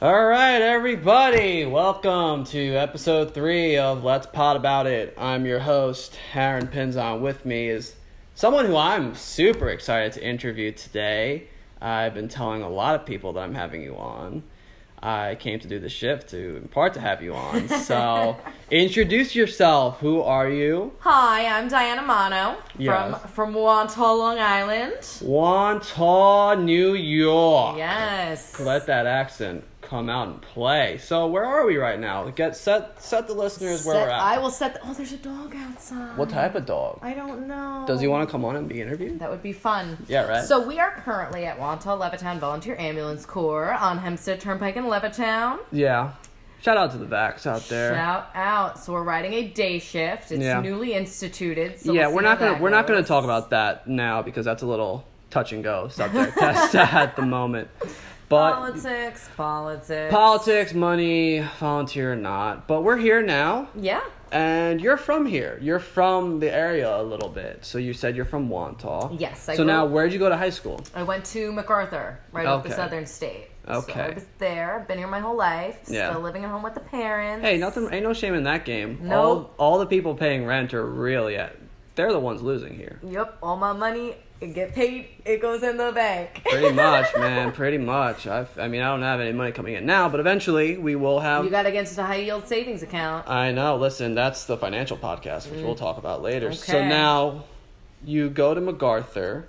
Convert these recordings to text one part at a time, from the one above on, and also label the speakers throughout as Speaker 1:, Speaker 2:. Speaker 1: All right, everybody, welcome to episode three of Let's Pot About It. I'm your host, Aaron Pinzon. With me is someone who I'm super excited to interview today. I've been telling a lot of people that I'm having you on. I came to do the shift to, in part, to have you on. So, introduce yourself. Who are you?
Speaker 2: Hi, I'm Diana Mono
Speaker 1: Yes.
Speaker 2: from from Wantagh, Long Island.
Speaker 1: Wantagh, New York.
Speaker 2: Yes.
Speaker 1: Let that accent come out and play. So where are we right now? Get set set the listeners where
Speaker 2: Set-
Speaker 1: we're at.
Speaker 2: I will set. The, oh, there's a dog outside.
Speaker 1: what type of dog?
Speaker 2: I don't know.
Speaker 1: Does he want to come on and be interviewed?
Speaker 2: That would be fun.
Speaker 1: Yeah, right.
Speaker 2: So we are currently at Wantagh Levittown Volunteer Ambulance Corps on Hempstead Turnpike in Levittown.
Speaker 1: Yeah. Shout out to the Vax out there.
Speaker 2: Shout out. So we're riding a day shift. It's
Speaker 1: Yeah.
Speaker 2: newly instituted. So
Speaker 1: yeah,
Speaker 2: we'll
Speaker 1: we're
Speaker 2: see how
Speaker 1: not gonna
Speaker 2: that
Speaker 1: we're not gonna
Speaker 2: goes.
Speaker 1: talk about that now because that's a little touch and go subject at, at the moment. But
Speaker 2: politics. Politics.
Speaker 1: politics, money, volunteer or not. But we're here now.
Speaker 2: yeah.
Speaker 1: And you're from here. You're from the area a little bit. So you said you're from Wantagh.
Speaker 2: Yes, I
Speaker 1: so now,
Speaker 2: grew-
Speaker 1: where'd you go to high school?
Speaker 2: I went to MacArthur, right up the
Speaker 1: Okay.
Speaker 2: southern state. So I
Speaker 1: Okay.
Speaker 2: was there. I've been here my whole life.
Speaker 1: Yeah.
Speaker 2: Still living at home with the parents.
Speaker 1: Hey, nothing. Ain't no shame in that game.
Speaker 2: No.
Speaker 1: All, all the people paying rent are really at. They're the ones losing here.
Speaker 2: Yep. All my money, it get paid, it goes in the bank.
Speaker 1: Pretty much, man. Pretty much. I've, I mean, I don't have any money coming in now, but eventually we will have.
Speaker 2: you got against a high yield savings account.
Speaker 1: I know. Listen, that's the financial podcast, which we'll talk about later. So
Speaker 2: Mm. Okay.
Speaker 1: now, you go to MacArthur,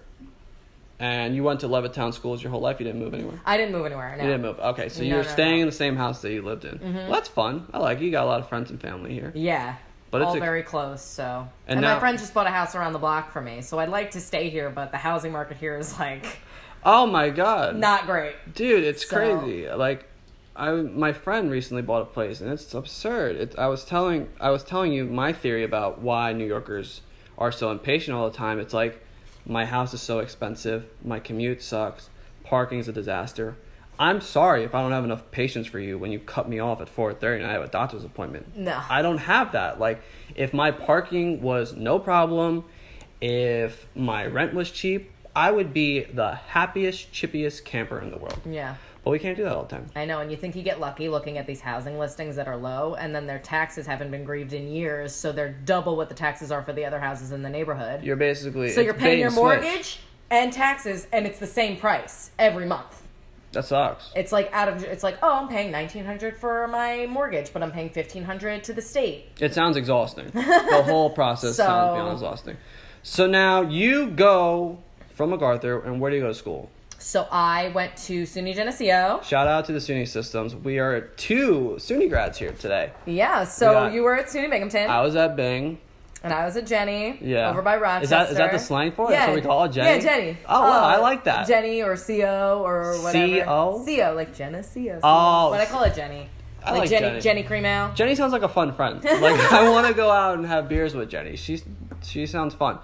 Speaker 1: and you went to Levittown schools your whole life. You didn't move anywhere.
Speaker 2: I didn't move anywhere. No.
Speaker 1: You didn't move. Okay, so you
Speaker 2: No,
Speaker 1: were
Speaker 2: no, Mm-hmm.
Speaker 1: staying
Speaker 2: no.
Speaker 1: in the same house that you lived in. Well, that's fun. I like it. You got a lot of friends and family here.
Speaker 2: Yeah.
Speaker 1: But it's
Speaker 2: all
Speaker 1: a-
Speaker 2: very close. So.
Speaker 1: And
Speaker 2: And,
Speaker 1: now-
Speaker 2: my friend just bought a house around the block for me, so I'd like to stay here, but the housing market here is like
Speaker 1: Oh my god.
Speaker 2: not great.
Speaker 1: dude it's
Speaker 2: So-
Speaker 1: crazy like i my friend recently bought a place and it's absurd it, i was telling i was telling you my theory about why new yorkers are so impatient all the time it's like my house is so expensive my commute sucks parking's a disaster i'm sorry if i don't have enough patience for you when you cut me off at 4.30 and i have a doctor's appointment
Speaker 2: No.
Speaker 1: i don't have that like if my parking was no problem if my rent was cheap i would be the happiest chippiest camper in the world
Speaker 2: Yeah.
Speaker 1: but we can't do that all the time.
Speaker 2: I know, and you think you get lucky looking at these housing listings that are low, and then their taxes haven't been grieved in years, so they're double what the taxes are for the other houses in the neighborhood.
Speaker 1: You're basically
Speaker 2: so you're
Speaker 1: it's
Speaker 2: paying
Speaker 1: bait
Speaker 2: your
Speaker 1: and switch.
Speaker 2: mortgage and taxes, and it's the same price every month.
Speaker 1: That sucks.
Speaker 2: It's like out of it's like oh, I'm paying nineteen hundred for my mortgage, but I'm paying fifteen hundred to the state.
Speaker 1: It sounds exhausting. the whole process
Speaker 2: So-
Speaker 1: sounds beyond exhausting. So now you go from MacArthur, and where do you go to school?
Speaker 2: So I went to SUNY Geneseo.
Speaker 1: Shout out to the SUNY systems. We are two SUNY grads here today.
Speaker 2: Yeah, so
Speaker 1: Yeah.
Speaker 2: you were at SUNY Binghamton,
Speaker 1: I was at Bing.
Speaker 2: and I was at Jenny.
Speaker 1: Yeah.
Speaker 2: over by Rochester.
Speaker 1: Is that- is that the slang for it? That's what we call it, Jenny?
Speaker 2: Yeah, Jenny.
Speaker 1: Oh, wow,
Speaker 2: Uh,
Speaker 1: I like that.
Speaker 2: Jenny or CO or whatever.
Speaker 1: CO?
Speaker 2: CO, like Geneseo.
Speaker 1: Oh.
Speaker 2: but I call it Jenny.
Speaker 1: I like
Speaker 2: Jenny.
Speaker 1: Jenny.
Speaker 2: Jenny Cream Ale.
Speaker 1: Jenny sounds like a fun friend. Like I want to go out and have beers with Jenny. She's she sounds fun.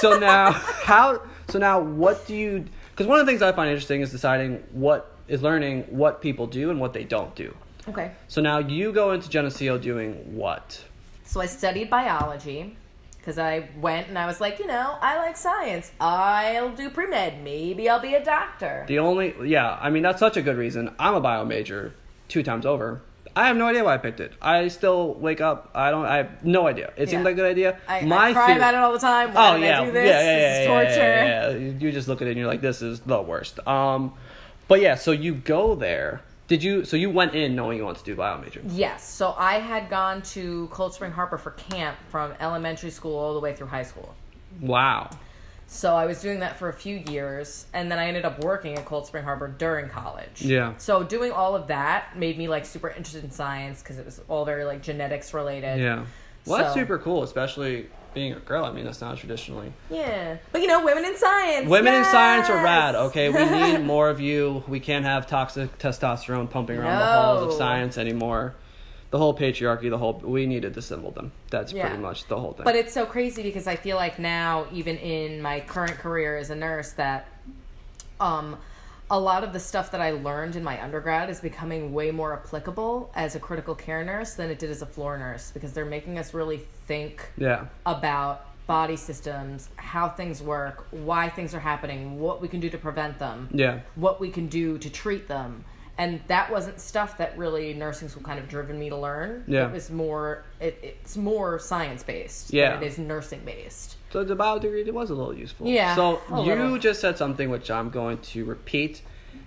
Speaker 1: So now how? So now what do you? Because one of the things I find interesting is deciding what is learning what people do and what they don't do.
Speaker 2: Okay.
Speaker 1: So now you go into Geneseo doing what?
Speaker 2: So I studied biology because I went and I was like, you know, I like science. I'll do pre med. Maybe I'll be a doctor.
Speaker 1: The only yeah, I mean that's such a good reason. I'm a bio major two times over. I have no idea why I picked it. I still wake up. I don't. I have no idea. It seemed
Speaker 2: Yeah.
Speaker 1: like a good idea.
Speaker 2: I,
Speaker 1: My
Speaker 2: I cry
Speaker 1: theory-
Speaker 2: about it all the time. Why
Speaker 1: oh
Speaker 2: did
Speaker 1: yeah.
Speaker 2: I do this?
Speaker 1: yeah, yeah, yeah,
Speaker 2: this is
Speaker 1: yeah, yeah,
Speaker 2: torture.
Speaker 1: yeah, yeah. You- You just look at it and you're like, this is the worst. Um, but yeah, so you go there. Did you? So you went in knowing you wanted to do bio major.
Speaker 2: Yes. So I had gone to Cold Spring Harbor for camp from elementary school all the way through high school.
Speaker 1: Wow.
Speaker 2: So I was doing that for a few years, and then I ended up working at Cold Spring Harbor during college.
Speaker 1: Yeah.
Speaker 2: So doing all of that made me like super interested in science because it was all very like genetics related.
Speaker 1: Yeah. Well, that's
Speaker 2: So-
Speaker 1: super cool, especially being a girl. I mean, that's not traditionally.
Speaker 2: Yeah. But you know, women in science.
Speaker 1: Women in science are
Speaker 2: yes!
Speaker 1: rad, okay? We need more of you. We can't have toxic testosterone pumping around the halls of
Speaker 2: No.
Speaker 1: science anymore. The whole patriarchy, the whole we need to dissemble them. That's
Speaker 2: Yeah.
Speaker 1: pretty much the whole thing.
Speaker 2: But it's so crazy because I feel like now, even in my current career as a nurse, that um, a lot of the stuff that I learned in my undergrad is becoming way more applicable as a critical care nurse than it did as a floor nurse because they're making us really think
Speaker 1: yeah.
Speaker 2: about body systems, how things work, why things are happening, what we can do to prevent them,
Speaker 1: Yeah.
Speaker 2: what we can do to treat them. and that wasn't stuff that really nursing school kind of driven me to learn.
Speaker 1: Yeah.
Speaker 2: it was more it, it's more science based.
Speaker 1: Yeah.
Speaker 2: than it is nursing based.
Speaker 1: So the bio degree it was a little useful.
Speaker 2: Yeah,
Speaker 1: So
Speaker 2: a
Speaker 1: you
Speaker 2: little.
Speaker 1: just said something which I'm going to repeat,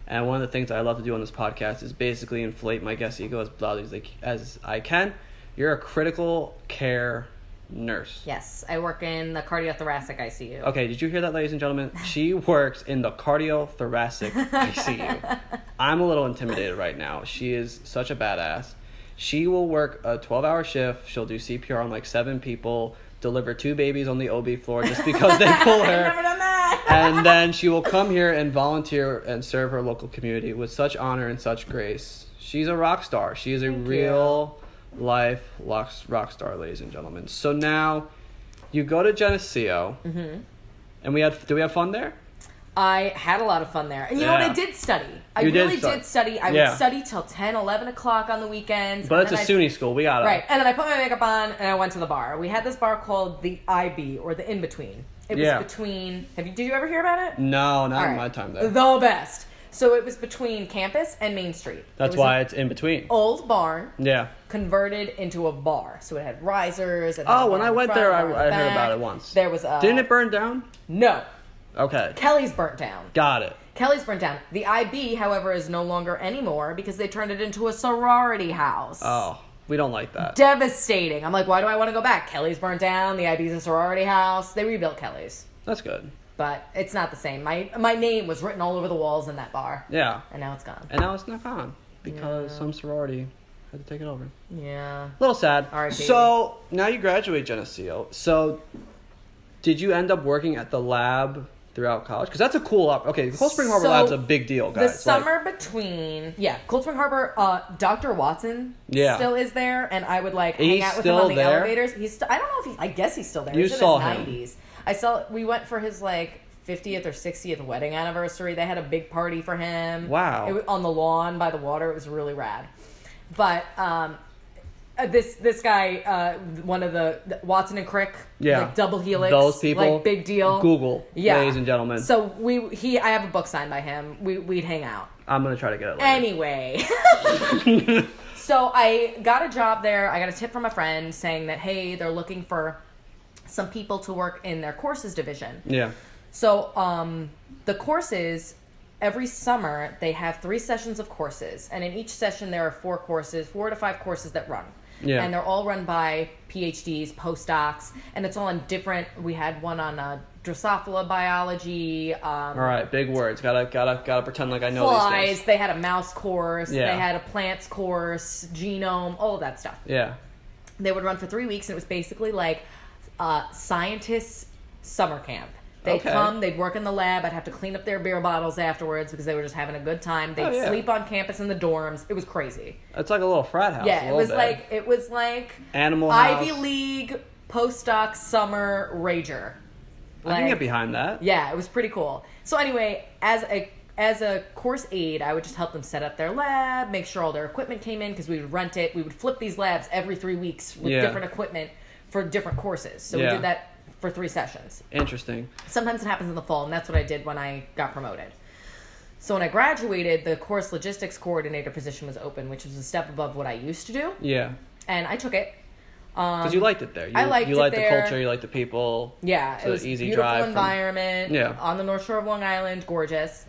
Speaker 1: and one of the things I love to do on this podcast is basically inflate my guest ego as loudly as, they, as I can. You're a critical care nurse.
Speaker 2: Yes, I work in the cardiothoracic ICU.
Speaker 1: Okay, did you hear that, ladies and gentlemen? She works in the cardiothoracic ICU. I'm a little intimidated right now. She is such a badass. She will work a 12 hour shift. She'll do CPR on like seven people, deliver two babies on the OB floor just because they pull her.
Speaker 2: I've never done that.
Speaker 1: and then she will come here and volunteer and serve her local community with such honor and such grace. She's a rock star. She is a
Speaker 2: Thank you.
Speaker 1: real life rock, rock star, ladies and gentlemen. So now you go to Geneseo,
Speaker 2: Mm-hmm.
Speaker 1: and we had do we have fun there?
Speaker 2: I had a lot of fun there. And you know what?
Speaker 1: Yeah.
Speaker 2: I did study. I
Speaker 1: You did
Speaker 2: really
Speaker 1: study.
Speaker 2: did study. I
Speaker 1: Yeah.
Speaker 2: would study till 10, 11 o'clock on the weekends.
Speaker 1: But
Speaker 2: and
Speaker 1: it's a
Speaker 2: then I-
Speaker 1: SUNY school. We got
Speaker 2: Right. And then I put my makeup on and I went to the bar. We had this bar called the IB or the In Between. It was
Speaker 1: Yeah.
Speaker 2: between. Have you? Did you ever hear about it?
Speaker 1: No, not
Speaker 2: All
Speaker 1: in
Speaker 2: right.
Speaker 1: my time there.
Speaker 2: The best. So it was between campus and Main Street.
Speaker 1: That's
Speaker 2: It Oh. was
Speaker 1: why
Speaker 2: An
Speaker 1: it's in between.
Speaker 2: old barn
Speaker 1: Yeah.
Speaker 2: converted into a bar. So it had risers. And
Speaker 1: Oh, when I went there, I, I heard about it
Speaker 2: once.
Speaker 1: once.
Speaker 2: There was a.
Speaker 1: Didn't it burn down?
Speaker 2: No.
Speaker 1: Okay,
Speaker 2: Kelly's burnt down.
Speaker 1: got it.
Speaker 2: Kelly's burnt down. The IB, however, is no longer anymore because they turned it into a sorority house.
Speaker 1: Oh, we don't like that.
Speaker 2: Devastating. I'm like, why do I want to go back? Kelly's burnt down. The IB's a sorority house. They rebuilt Kelly's,
Speaker 1: That's good.
Speaker 2: but it's not the same. My my name was written all over the walls in that bar,
Speaker 1: Yeah.
Speaker 2: and now it's gone.
Speaker 1: And now it's not gone because some sorority had to take it over. A
Speaker 2: Yeah.
Speaker 1: little sad.
Speaker 2: R.I.P..
Speaker 1: So now you graduate Geneseo. So did you end up working at the lab throughout college? Because that's a cool op- okay. The Cold Spring Harbor
Speaker 2: So,
Speaker 1: Lab's a big deal, guys.
Speaker 2: The
Speaker 1: Like,
Speaker 2: summer between, yeah, Cold Spring Harbor. Uh, Doctor Watson,
Speaker 1: Yeah.
Speaker 2: still is there, and I would like
Speaker 1: He's
Speaker 2: hang out with him
Speaker 1: still
Speaker 2: on the
Speaker 1: there?
Speaker 2: elevators. He's, st- I don't know if he's, I guess he's still there.
Speaker 1: You
Speaker 2: he's
Speaker 1: saw
Speaker 2: in his
Speaker 1: him.
Speaker 2: nineties. I saw. We went for his like fiftieth or sixtieth wedding anniversary. They had a big party for him.
Speaker 1: Wow.
Speaker 2: It was on the lawn by the water. It was really rad. But um, uh, this this guy, uh, one of the, the Watson and Crick,
Speaker 1: Yeah.
Speaker 2: like double helix,
Speaker 1: Those people,
Speaker 2: like big deal.
Speaker 1: Google, ladies and gentlemen.
Speaker 2: So we he I have a book signed by him. We we'd hang out.
Speaker 1: I'm gonna try to get it. Later.
Speaker 2: Anyway. so I got a job there. I got a tip from a friend saying that hey, they're looking for some people to work in their courses division.
Speaker 1: yeah.
Speaker 2: So um the courses every summer they have three sessions of courses and in each session there are four courses, four to five courses that run.
Speaker 1: Yeah.
Speaker 2: And they're all run by PhDs, postdocs, and it's all on different we had one on uh, Drosophila biology, um,
Speaker 1: All right. Big words. Gotta gotta gotta pretend like I know these
Speaker 2: flies.
Speaker 1: things.
Speaker 2: They had a mouse course.
Speaker 1: Yeah.
Speaker 2: They had a plants course, genome, all of that stuff.
Speaker 1: Yeah.
Speaker 2: They would run for three weeks, and it was basically like uh, scientists' summer camp. They'd
Speaker 1: Okay.
Speaker 2: come, they'd work in the lab. I'd have to clean up their beer bottles afterwards because they were just having a good time. They'd
Speaker 1: Oh, yeah.
Speaker 2: sleep on campus in the dorms. It was crazy.
Speaker 1: It's like a little frat house. a
Speaker 2: yeah, it
Speaker 1: little
Speaker 2: was
Speaker 1: bit.
Speaker 2: like it was like
Speaker 1: Animal
Speaker 2: Ivy
Speaker 1: House.
Speaker 2: League postdoc summer rager.
Speaker 1: I can
Speaker 2: Like-
Speaker 1: get behind that.
Speaker 2: yeah, it was pretty cool. So anyway, as a as a course aide, I would just help them set up their lab, make sure all their equipment came in because we would rent it. We would flip these labs every three weeks with
Speaker 1: Yeah.
Speaker 2: different equipment for different courses. So
Speaker 1: Yeah.
Speaker 2: we did that for three sessions.
Speaker 1: Interesting.
Speaker 2: Sometimes it happens in the fall, and that's what I did when I got promoted. So when I graduated, the course logistics coordinator position was open, which was a step above what I used to do,
Speaker 1: Yeah.
Speaker 2: and I took it.
Speaker 1: Because you liked it there. You,
Speaker 2: Um, I liked
Speaker 1: you
Speaker 2: it
Speaker 1: liked the
Speaker 2: there.
Speaker 1: culture. You liked the people.
Speaker 2: Yeah,
Speaker 1: So
Speaker 2: it was
Speaker 1: easy
Speaker 2: beautiful
Speaker 1: drive from-
Speaker 2: environment.
Speaker 1: Yeah.
Speaker 2: on the North Shore of Long Island, gorgeous.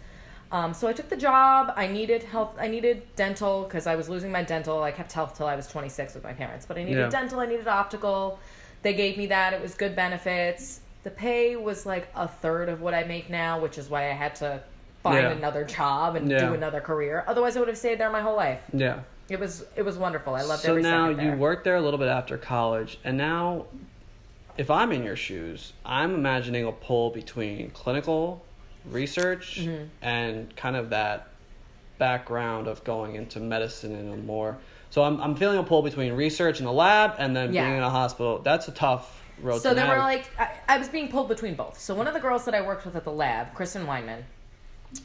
Speaker 2: Um, so I took the job. I needed health. I needed dental because I was losing my dental. I kept health till I was 26 with my parents, but I needed
Speaker 1: Yeah.
Speaker 2: dental. I needed optical. They gave me that. It was good benefits. The pay was like a third of what I make now, which is why I had to find
Speaker 1: Yeah.
Speaker 2: another job and
Speaker 1: Yeah.
Speaker 2: do another career. Otherwise, I would have stayed there my whole life.
Speaker 1: Yeah.
Speaker 2: It was it was wonderful. I loved
Speaker 1: so
Speaker 2: every
Speaker 1: now
Speaker 2: second
Speaker 1: you
Speaker 2: there.
Speaker 1: worked there a little bit after college and now if i'm in your shoes i'm imagining a pull between clinical research
Speaker 2: Mm-hmm.
Speaker 1: and kind of that background of going into medicine and a more so i'm, I'm feeling a pull between research in the lab and then
Speaker 2: Yeah.
Speaker 1: being in a hospital that's a tough road
Speaker 2: So
Speaker 1: to
Speaker 2: there were
Speaker 1: navigate.
Speaker 2: like, I, I was being pulled between both. So one of the girls that I worked with at the lab, Kristen Weinman,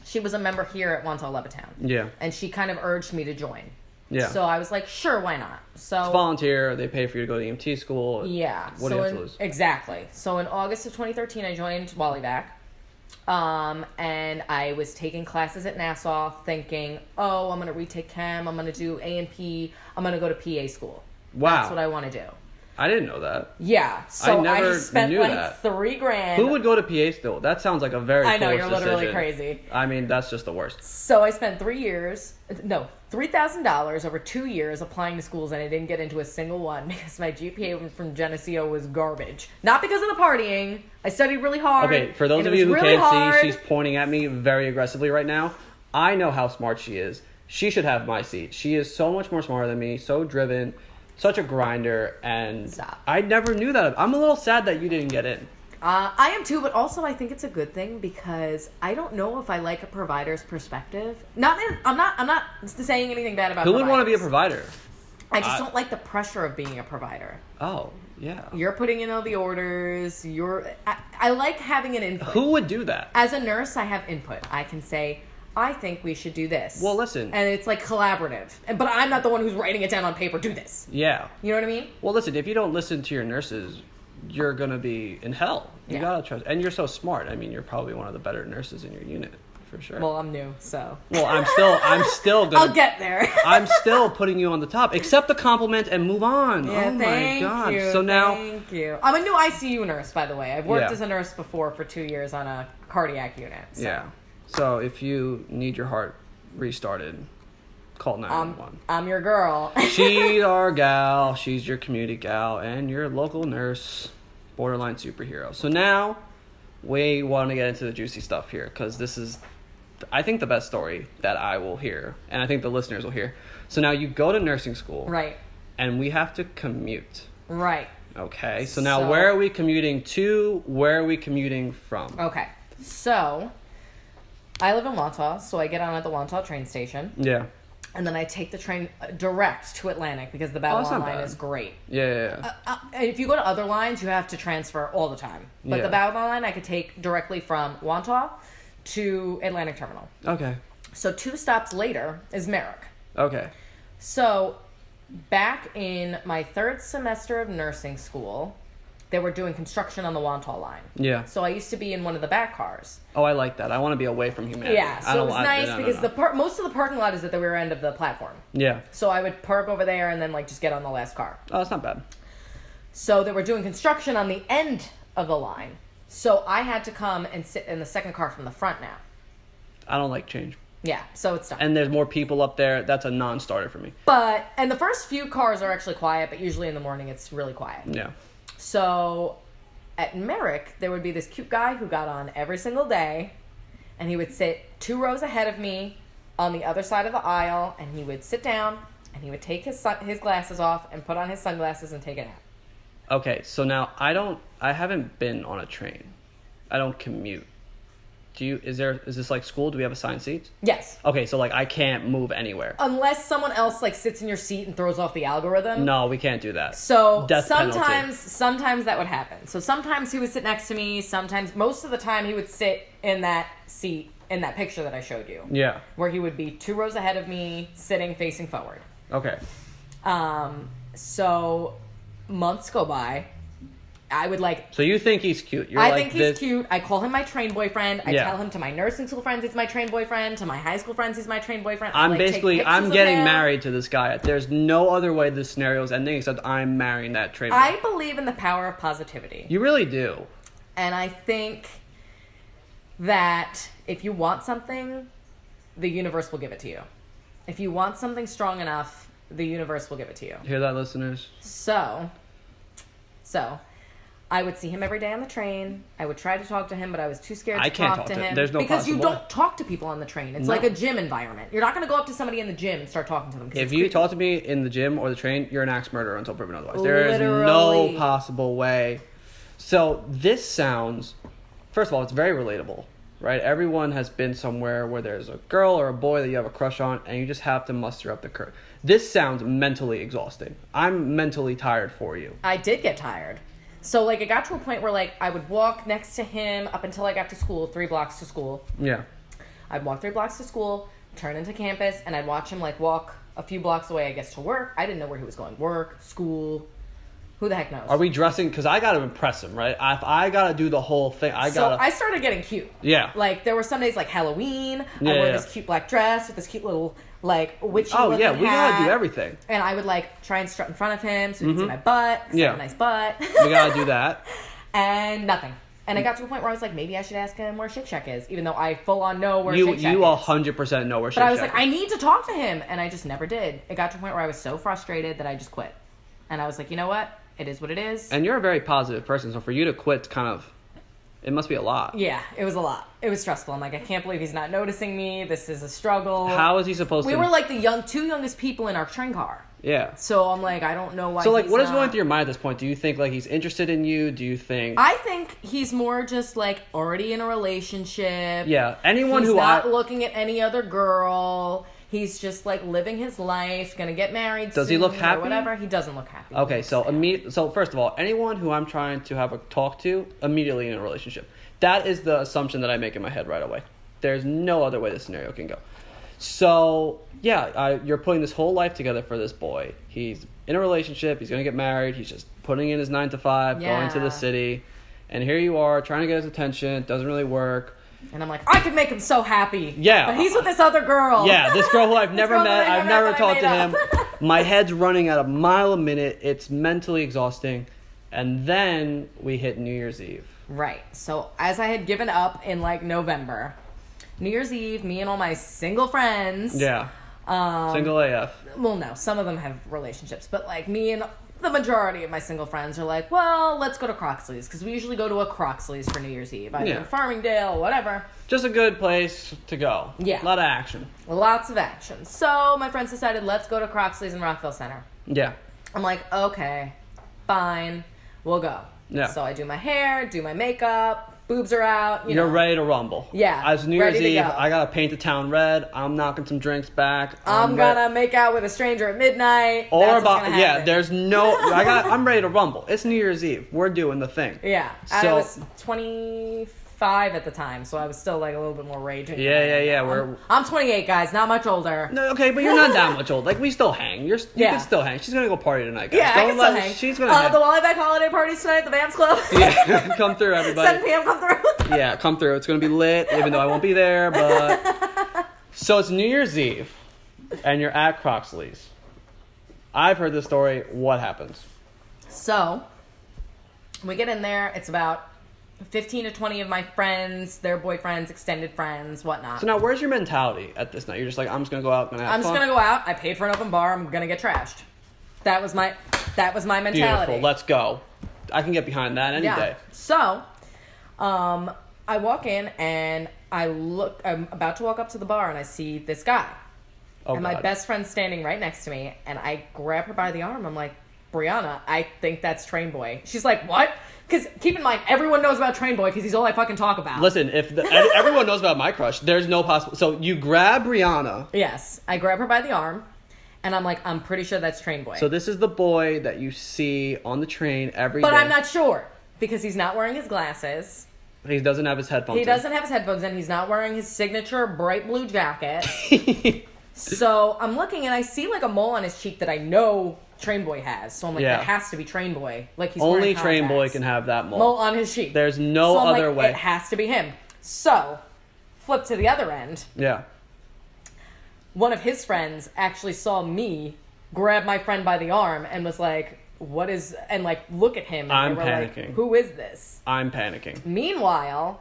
Speaker 2: she was a member here at Wantagh Levittown.
Speaker 1: yeah
Speaker 2: And she kind of urged me to join.
Speaker 1: Yeah.
Speaker 2: So I was like, sure, why not?
Speaker 1: It's
Speaker 2: So,
Speaker 1: volunteer they pay for you to go to emt school
Speaker 2: yeah.
Speaker 1: what
Speaker 2: so
Speaker 1: do you have
Speaker 2: in-
Speaker 1: to lose
Speaker 2: Exactly. So in August of 2013, I joined Wally Back. Um, and I was taking classes at Nassau thinking, oh, I'm going to retake chem. I'm going to do A and P. I'm going to go to PA school.
Speaker 1: Wow.
Speaker 2: That's what I want to do.
Speaker 1: I didn't know that.
Speaker 2: Yeah. So I,
Speaker 1: never
Speaker 2: spent
Speaker 1: knew
Speaker 2: like
Speaker 1: that.
Speaker 2: three grand.
Speaker 1: Who would go to PA school? That sounds like a very
Speaker 2: I know,
Speaker 1: foolish
Speaker 2: you're literally
Speaker 1: decision.
Speaker 2: crazy.
Speaker 1: I mean, that's just the worst.
Speaker 2: So I spent three years, no, $3,000 over two years applying to schools, and I didn't get into a single one because my GPA from Geneseo was garbage. Not because of the partying. I studied really hard.
Speaker 1: Okay, for those
Speaker 2: and
Speaker 1: of
Speaker 2: it
Speaker 1: you who
Speaker 2: was really
Speaker 1: can't
Speaker 2: hard.
Speaker 1: see, she's pointing at me very aggressively right now. I know how smart she is. She should have my seat. She is so much more smarter than me, so driven, such a grinder, and
Speaker 2: Stop.
Speaker 1: I never knew that. I'm a little sad that you didn't get in.
Speaker 2: Uh, I am too, but also I think it's a good thing because I don't know if I like a provider's perspective. Not, in, I'm not, I'm not saying anything bad about.
Speaker 1: Who would want to be a
Speaker 2: providers.
Speaker 1: provider?
Speaker 2: I just
Speaker 1: I-
Speaker 2: don't like the pressure of being a provider.
Speaker 1: Oh, yeah.
Speaker 2: You're putting in all the orders. You're. I, I like having an input.
Speaker 1: Who would do that?
Speaker 2: As a nurse, I have input. I can say, I think we should do this.
Speaker 1: Well, listen.
Speaker 2: And it's like collaborative. And- But I'm not the one who's writing it down on paper. Do this.
Speaker 1: Yeah.
Speaker 2: You know what I mean?
Speaker 1: Well, listen, if you don't listen to your nurses, you're going to be in hell. You
Speaker 2: Yeah.
Speaker 1: got to trust. And you're so smart. I mean, you're probably one of the better nurses in your unit, for sure.
Speaker 2: Well, I'm new, so
Speaker 1: Well, I'm still I'm still going
Speaker 2: I'll get there.
Speaker 1: I'm still putting you on the top. Accept the compliment and move on.
Speaker 2: Yeah,
Speaker 1: oh
Speaker 2: thank
Speaker 1: my god.
Speaker 2: you,
Speaker 1: so now
Speaker 2: thank you. I'm a new ICU nurse, by the way. I've worked
Speaker 1: Yeah.
Speaker 2: as a nurse before for two years on a cardiac unit. So.
Speaker 1: Yeah. So if you need your heart restarted, call
Speaker 2: I'm,
Speaker 1: 911.
Speaker 2: I'm your girl.
Speaker 1: She's our gal, she's your community gal and your local nurse, borderline superhero. So now we want to get into the juicy stuff here cuz this is I think the best story that I will hear and I think the listeners will hear. So now you go to nursing school
Speaker 2: right,
Speaker 1: and we have to commute.
Speaker 2: right.
Speaker 1: Okay, so now
Speaker 2: So-
Speaker 1: where are we commuting to? Where are we commuting from?
Speaker 2: Okay. So, I live in Wantagh, so I get on at the Wantagh train station.
Speaker 1: Yeah.
Speaker 2: and then I take the train uh, direct to Atlantic because the Babylon
Speaker 1: that's Oh, not
Speaker 2: line
Speaker 1: bad.
Speaker 2: is great.
Speaker 1: Yeah, yeah, yeah.
Speaker 2: Uh, and if you go to other lines, you have to transfer all the time. But
Speaker 1: Yeah.
Speaker 2: the Babylon line, I could take directly from Wantagh to Atlantic Terminal.
Speaker 1: okay.
Speaker 2: So two stops later is Merrick.
Speaker 1: Okay.
Speaker 2: So back in my third semester of nursing school, they were doing construction on the Wantagh line.
Speaker 1: Yeah.
Speaker 2: So I used to be in one of the back cars.
Speaker 1: Oh, I like that. I want to be away from humanity.
Speaker 2: Yeah,
Speaker 1: I
Speaker 2: so it was
Speaker 1: I-
Speaker 2: nice
Speaker 1: no, no,
Speaker 2: because
Speaker 1: no.
Speaker 2: the par- most of the parking lot is at the rear end of the platform.
Speaker 1: Yeah.
Speaker 2: So I would park over there and then like just get on the last car.
Speaker 1: Oh, it's not bad.
Speaker 2: So they were doing construction on the end of the line. So I had to come and sit in the second car from the front now.
Speaker 1: I don't like change.
Speaker 2: Yeah, so it's done.
Speaker 1: And there's more people up there. That's a non-starter for me.
Speaker 2: but and the first few cars are actually quiet, but usually in the morning it's really quiet.
Speaker 1: Yeah.
Speaker 2: So at Merrick, there would be this cute guy who got on every single day, and he would sit two rows ahead of me on the other side of the aisle, and he would sit down and he would take his sun- his glasses off and put on his sunglasses and take a nap.
Speaker 1: Okay, so now I don't. I haven't been on a train. I don't commute. Do you? Is there? Is this like school? Do we have assigned seats?
Speaker 2: Yes.
Speaker 1: Okay, so like I can't move anywhere.
Speaker 2: Unless someone else like sits in your seat and throws off the algorithm.
Speaker 1: No, we can't do that.
Speaker 2: So
Speaker 1: Death penalty.
Speaker 2: sometimes sometimes that would happen. So sometimes he would sit next to me, sometimes most of the time he would sit in that seat in that picture that I showed you.
Speaker 1: Yeah.
Speaker 2: Where he would be two rows ahead of me, sitting facing forward.
Speaker 1: Okay.
Speaker 2: Um so months go by. I would like
Speaker 1: So you think he's cute? You're
Speaker 2: I
Speaker 1: like
Speaker 2: think he's
Speaker 1: this,
Speaker 2: cute. I call him my train boyfriend. I
Speaker 1: Yeah.
Speaker 2: tell him to my nursing school friends he's my train boyfriend, to my high school friends he's my train boyfriend. I,
Speaker 1: I'm
Speaker 2: like, take
Speaker 1: basically
Speaker 2: pictures
Speaker 1: I'm
Speaker 2: of
Speaker 1: getting
Speaker 2: him.
Speaker 1: married to this guy. There's no other way this scenario is ending except I'm marrying that traitor.
Speaker 2: I believe in the power of positivity.
Speaker 1: you really do.
Speaker 2: And I think that if you want something, the universe will give it to you. If you want something strong enough, the universe will give it to you.
Speaker 1: Hear that, listeners?
Speaker 2: So, so I would see him every day on the train. I would try to talk to him, but I was too scared to
Speaker 1: I can't
Speaker 2: talk,
Speaker 1: talk
Speaker 2: to
Speaker 1: to-
Speaker 2: him
Speaker 1: there's no
Speaker 2: because you
Speaker 1: possible-
Speaker 2: don't talk to people on the train. It's
Speaker 1: No.
Speaker 2: like a gym environment. You're not going to go up to somebody in the gym and start talking to them. 'cause
Speaker 1: If
Speaker 2: it's
Speaker 1: you
Speaker 2: creepy.
Speaker 1: talk to me in the gym or the train, you're an axe murderer until proven otherwise. There is no
Speaker 2: Literally.
Speaker 1: possible way. So this sounds. First of all, it's very relatable, right? Everyone has been somewhere where there's a girl or a boy that you have a crush on, and you just have to muster up the courage. This sounds mentally exhausting. I'm mentally tired for you.
Speaker 2: I did get tired. So like it got to a point where like I would walk next to him up until I got to school, three blocks to school.
Speaker 1: Yeah.
Speaker 2: I'd walk three blocks to school, turn into campus, and I'd watch him like walk a few blocks away, I guess, to work. I didn't know where he was going. Work, school, Who the heck knows?
Speaker 1: Are we dressing? Because I gotta impress him, right? I, if I gotta do the whole thing, I
Speaker 2: so
Speaker 1: gotta.
Speaker 2: I started getting cute.
Speaker 1: yeah.
Speaker 2: Like there were some days like Halloween.
Speaker 1: Yeah,
Speaker 2: I wore
Speaker 1: yeah.
Speaker 2: this cute black dress with this cute little like witchy.
Speaker 1: oh yeah,
Speaker 2: looking
Speaker 1: we gotta do
Speaker 2: hat.
Speaker 1: everything. Mm-hmm.
Speaker 2: And I would like try and strut in front of him so he could see my butt. 'cause I
Speaker 1: Yeah.
Speaker 2: have a nice butt.
Speaker 1: We gotta do that.
Speaker 2: and nothing. And it got to a point where I was like, maybe I should ask him where Shake Shack is, even though I full on know where
Speaker 1: you
Speaker 2: Shake Shack
Speaker 1: you
Speaker 2: is.
Speaker 1: a hundred percent know where.
Speaker 2: But I was like, I need to talk to him, and I just never did. It got to a point where I was so frustrated that I just quit. And I was like, you know what? It is what it is.
Speaker 1: and you're a very positive person, so for you to quit, kind of, it must be a lot.
Speaker 2: yeah, it was a lot. It was stressful. I'm like, I can't believe he's not noticing me. This is a struggle.
Speaker 1: How is he supposed
Speaker 2: we
Speaker 1: to?
Speaker 2: were like the young, two youngest people in our train car.
Speaker 1: yeah.
Speaker 2: So I'm like, I don't know why.
Speaker 1: So like,
Speaker 2: he's
Speaker 1: what is
Speaker 2: not-
Speaker 1: going through your mind at this point? Do you think like he's interested in you? Do you think?
Speaker 2: I think he's more just like already in a relationship.
Speaker 1: yeah. Anyone
Speaker 2: He's
Speaker 1: who
Speaker 2: not
Speaker 1: I,
Speaker 2: looking at any other girl. He's just like living his life, gonna get married.
Speaker 1: Does he
Speaker 2: soon
Speaker 1: look
Speaker 2: or
Speaker 1: happy?
Speaker 2: Whatever. He doesn't look happy.
Speaker 1: Okay, so imme- so first of all, anyone who I'm trying to have a talk to immediately in a relationship. That is the assumption that I make in my head right away. There's no other way this scenario can go. So yeah, I, you're putting this whole life together for this boy. He's in a relationship. He's gonna get married. He's just putting in his nine to five, going to
Speaker 2: Yeah.
Speaker 1: the city, and here you are trying to get his attention. Doesn't really work.
Speaker 2: And I'm like, I could make him so happy.
Speaker 1: Yeah.
Speaker 2: But he's with this other girl.
Speaker 1: Yeah, this girl who I've
Speaker 2: This
Speaker 1: never
Speaker 2: girl
Speaker 1: met,
Speaker 2: that I
Speaker 1: I've
Speaker 2: never
Speaker 1: never
Speaker 2: met
Speaker 1: talked to
Speaker 2: that I
Speaker 1: him.
Speaker 2: made
Speaker 1: My head's running at a mile a minute. It's mentally exhausting. And then we hit New Year's Eve.
Speaker 2: Right. So as I had given up in like November, New Year's Eve, me and all my single friends.
Speaker 1: Yeah.
Speaker 2: Um,
Speaker 1: Single AF.
Speaker 2: well, no, some of them have relationships, but like me and the majority of my single friends are like, well, let's go to Croxley's because we usually go to a Croxley's for New Year's Eve, either
Speaker 1: Yeah.
Speaker 2: in Farmingdale, whatever.
Speaker 1: Just a good place to go.
Speaker 2: Yeah.
Speaker 1: A lot of action.
Speaker 2: Lots of action. So my friends decided, let's go to Croxley's in Rockville Center.
Speaker 1: Yeah.
Speaker 2: I'm like, okay, fine, we'll go.
Speaker 1: Yeah.
Speaker 2: So I do my hair, do my makeup, boobs are out. You
Speaker 1: You're
Speaker 2: know.
Speaker 1: ready to rumble.
Speaker 2: Yeah,
Speaker 1: As New Year's
Speaker 2: ready to
Speaker 1: Eve,
Speaker 2: go.
Speaker 1: I gotta paint the town red. I'm knocking some drinks back.
Speaker 2: I'm
Speaker 1: re-
Speaker 2: gonna make out with a stranger at midnight.
Speaker 1: Or
Speaker 2: That's what's
Speaker 1: about
Speaker 2: gonna
Speaker 1: yeah,
Speaker 2: happen.
Speaker 1: there's no I got I'm ready to rumble. It's New Year's Eve. We're doing the thing.
Speaker 2: yeah. I
Speaker 1: So-
Speaker 2: was 25 at the time, so I was still like a little bit more raging.
Speaker 1: Yeah, yeah, yeah. We're
Speaker 2: I'm, I'm 28, guys, not much older.
Speaker 1: No, okay, but you're not that much old. Like we still hang. You're you
Speaker 2: Yeah.
Speaker 1: can still hang. She's gonna go party tonight, guys.
Speaker 2: yeah, I
Speaker 1: Don't
Speaker 2: can still
Speaker 1: let-
Speaker 2: hang.
Speaker 1: She's gonna
Speaker 2: uh,
Speaker 1: hang.
Speaker 2: the Walleye holiday parties tonight, at the Vans Club.
Speaker 1: yeah, come through,
Speaker 2: 7
Speaker 1: everybody.
Speaker 2: p.m. Come through.
Speaker 1: Yeah, come through. It's gonna be lit, even though I won't be there. But so it's New Year's Eve, and you're at Croxley's. I've heard this story. What happens?
Speaker 2: So we get in there. It's about 15 to 20 of my friends, their boyfriends, extended friends, whatnot.
Speaker 1: So now, where's your mentality at this night? You're just like, I'm just gonna go out. Gonna have
Speaker 2: I'm just
Speaker 1: fun.
Speaker 2: gonna go out. I paid for an open bar. I'm gonna get trashed. That was my that was my mentality.
Speaker 1: Beautiful. Let's go. I can get behind that any
Speaker 2: yeah.
Speaker 1: day.
Speaker 2: So, um, I walk in and I look. I'm about to walk up to the bar and I see this guy
Speaker 1: Oh
Speaker 2: and
Speaker 1: God.
Speaker 2: my best friend's standing right next to me and I grab her by the arm. I'm like, Brianna, I think that's Train Boy. She's like, what? Because keep in mind, everyone knows about Train Boy because he's all I fucking talk about.
Speaker 1: Listen, if the, ev- everyone knows about my crush, there's no possible. So you grab Rihanna.
Speaker 2: yes, I grab her by the arm and I'm like, I'm pretty sure that's Train Boy.
Speaker 1: So this is the boy that you see on the train every
Speaker 2: but
Speaker 1: day.
Speaker 2: I'm not sure because he's not wearing his glasses.
Speaker 1: He doesn't have his headphones.
Speaker 2: He
Speaker 1: in.
Speaker 2: doesn't have his headphones in. He's not wearing his signature bright blue jacket. so I'm looking and I see like a mole on his cheek that I know Train Boy has. So I'm like,
Speaker 1: Yeah.
Speaker 2: that has to be Train Boy. Like he's
Speaker 1: Only
Speaker 2: wearing
Speaker 1: train boy
Speaker 2: contacts.
Speaker 1: can have that mole.
Speaker 2: mole on his cheek.
Speaker 1: There's no
Speaker 2: So I'm
Speaker 1: other
Speaker 2: like,
Speaker 1: way.
Speaker 2: It has to be him. So, flip to the other end.
Speaker 1: yeah.
Speaker 2: One of his friends actually saw me grab my friend by the arm and was like, "What is?" and like look at him. And
Speaker 1: I'm
Speaker 2: they were
Speaker 1: panicking.
Speaker 2: Like, Who is this?
Speaker 1: I'm panicking.
Speaker 2: Meanwhile,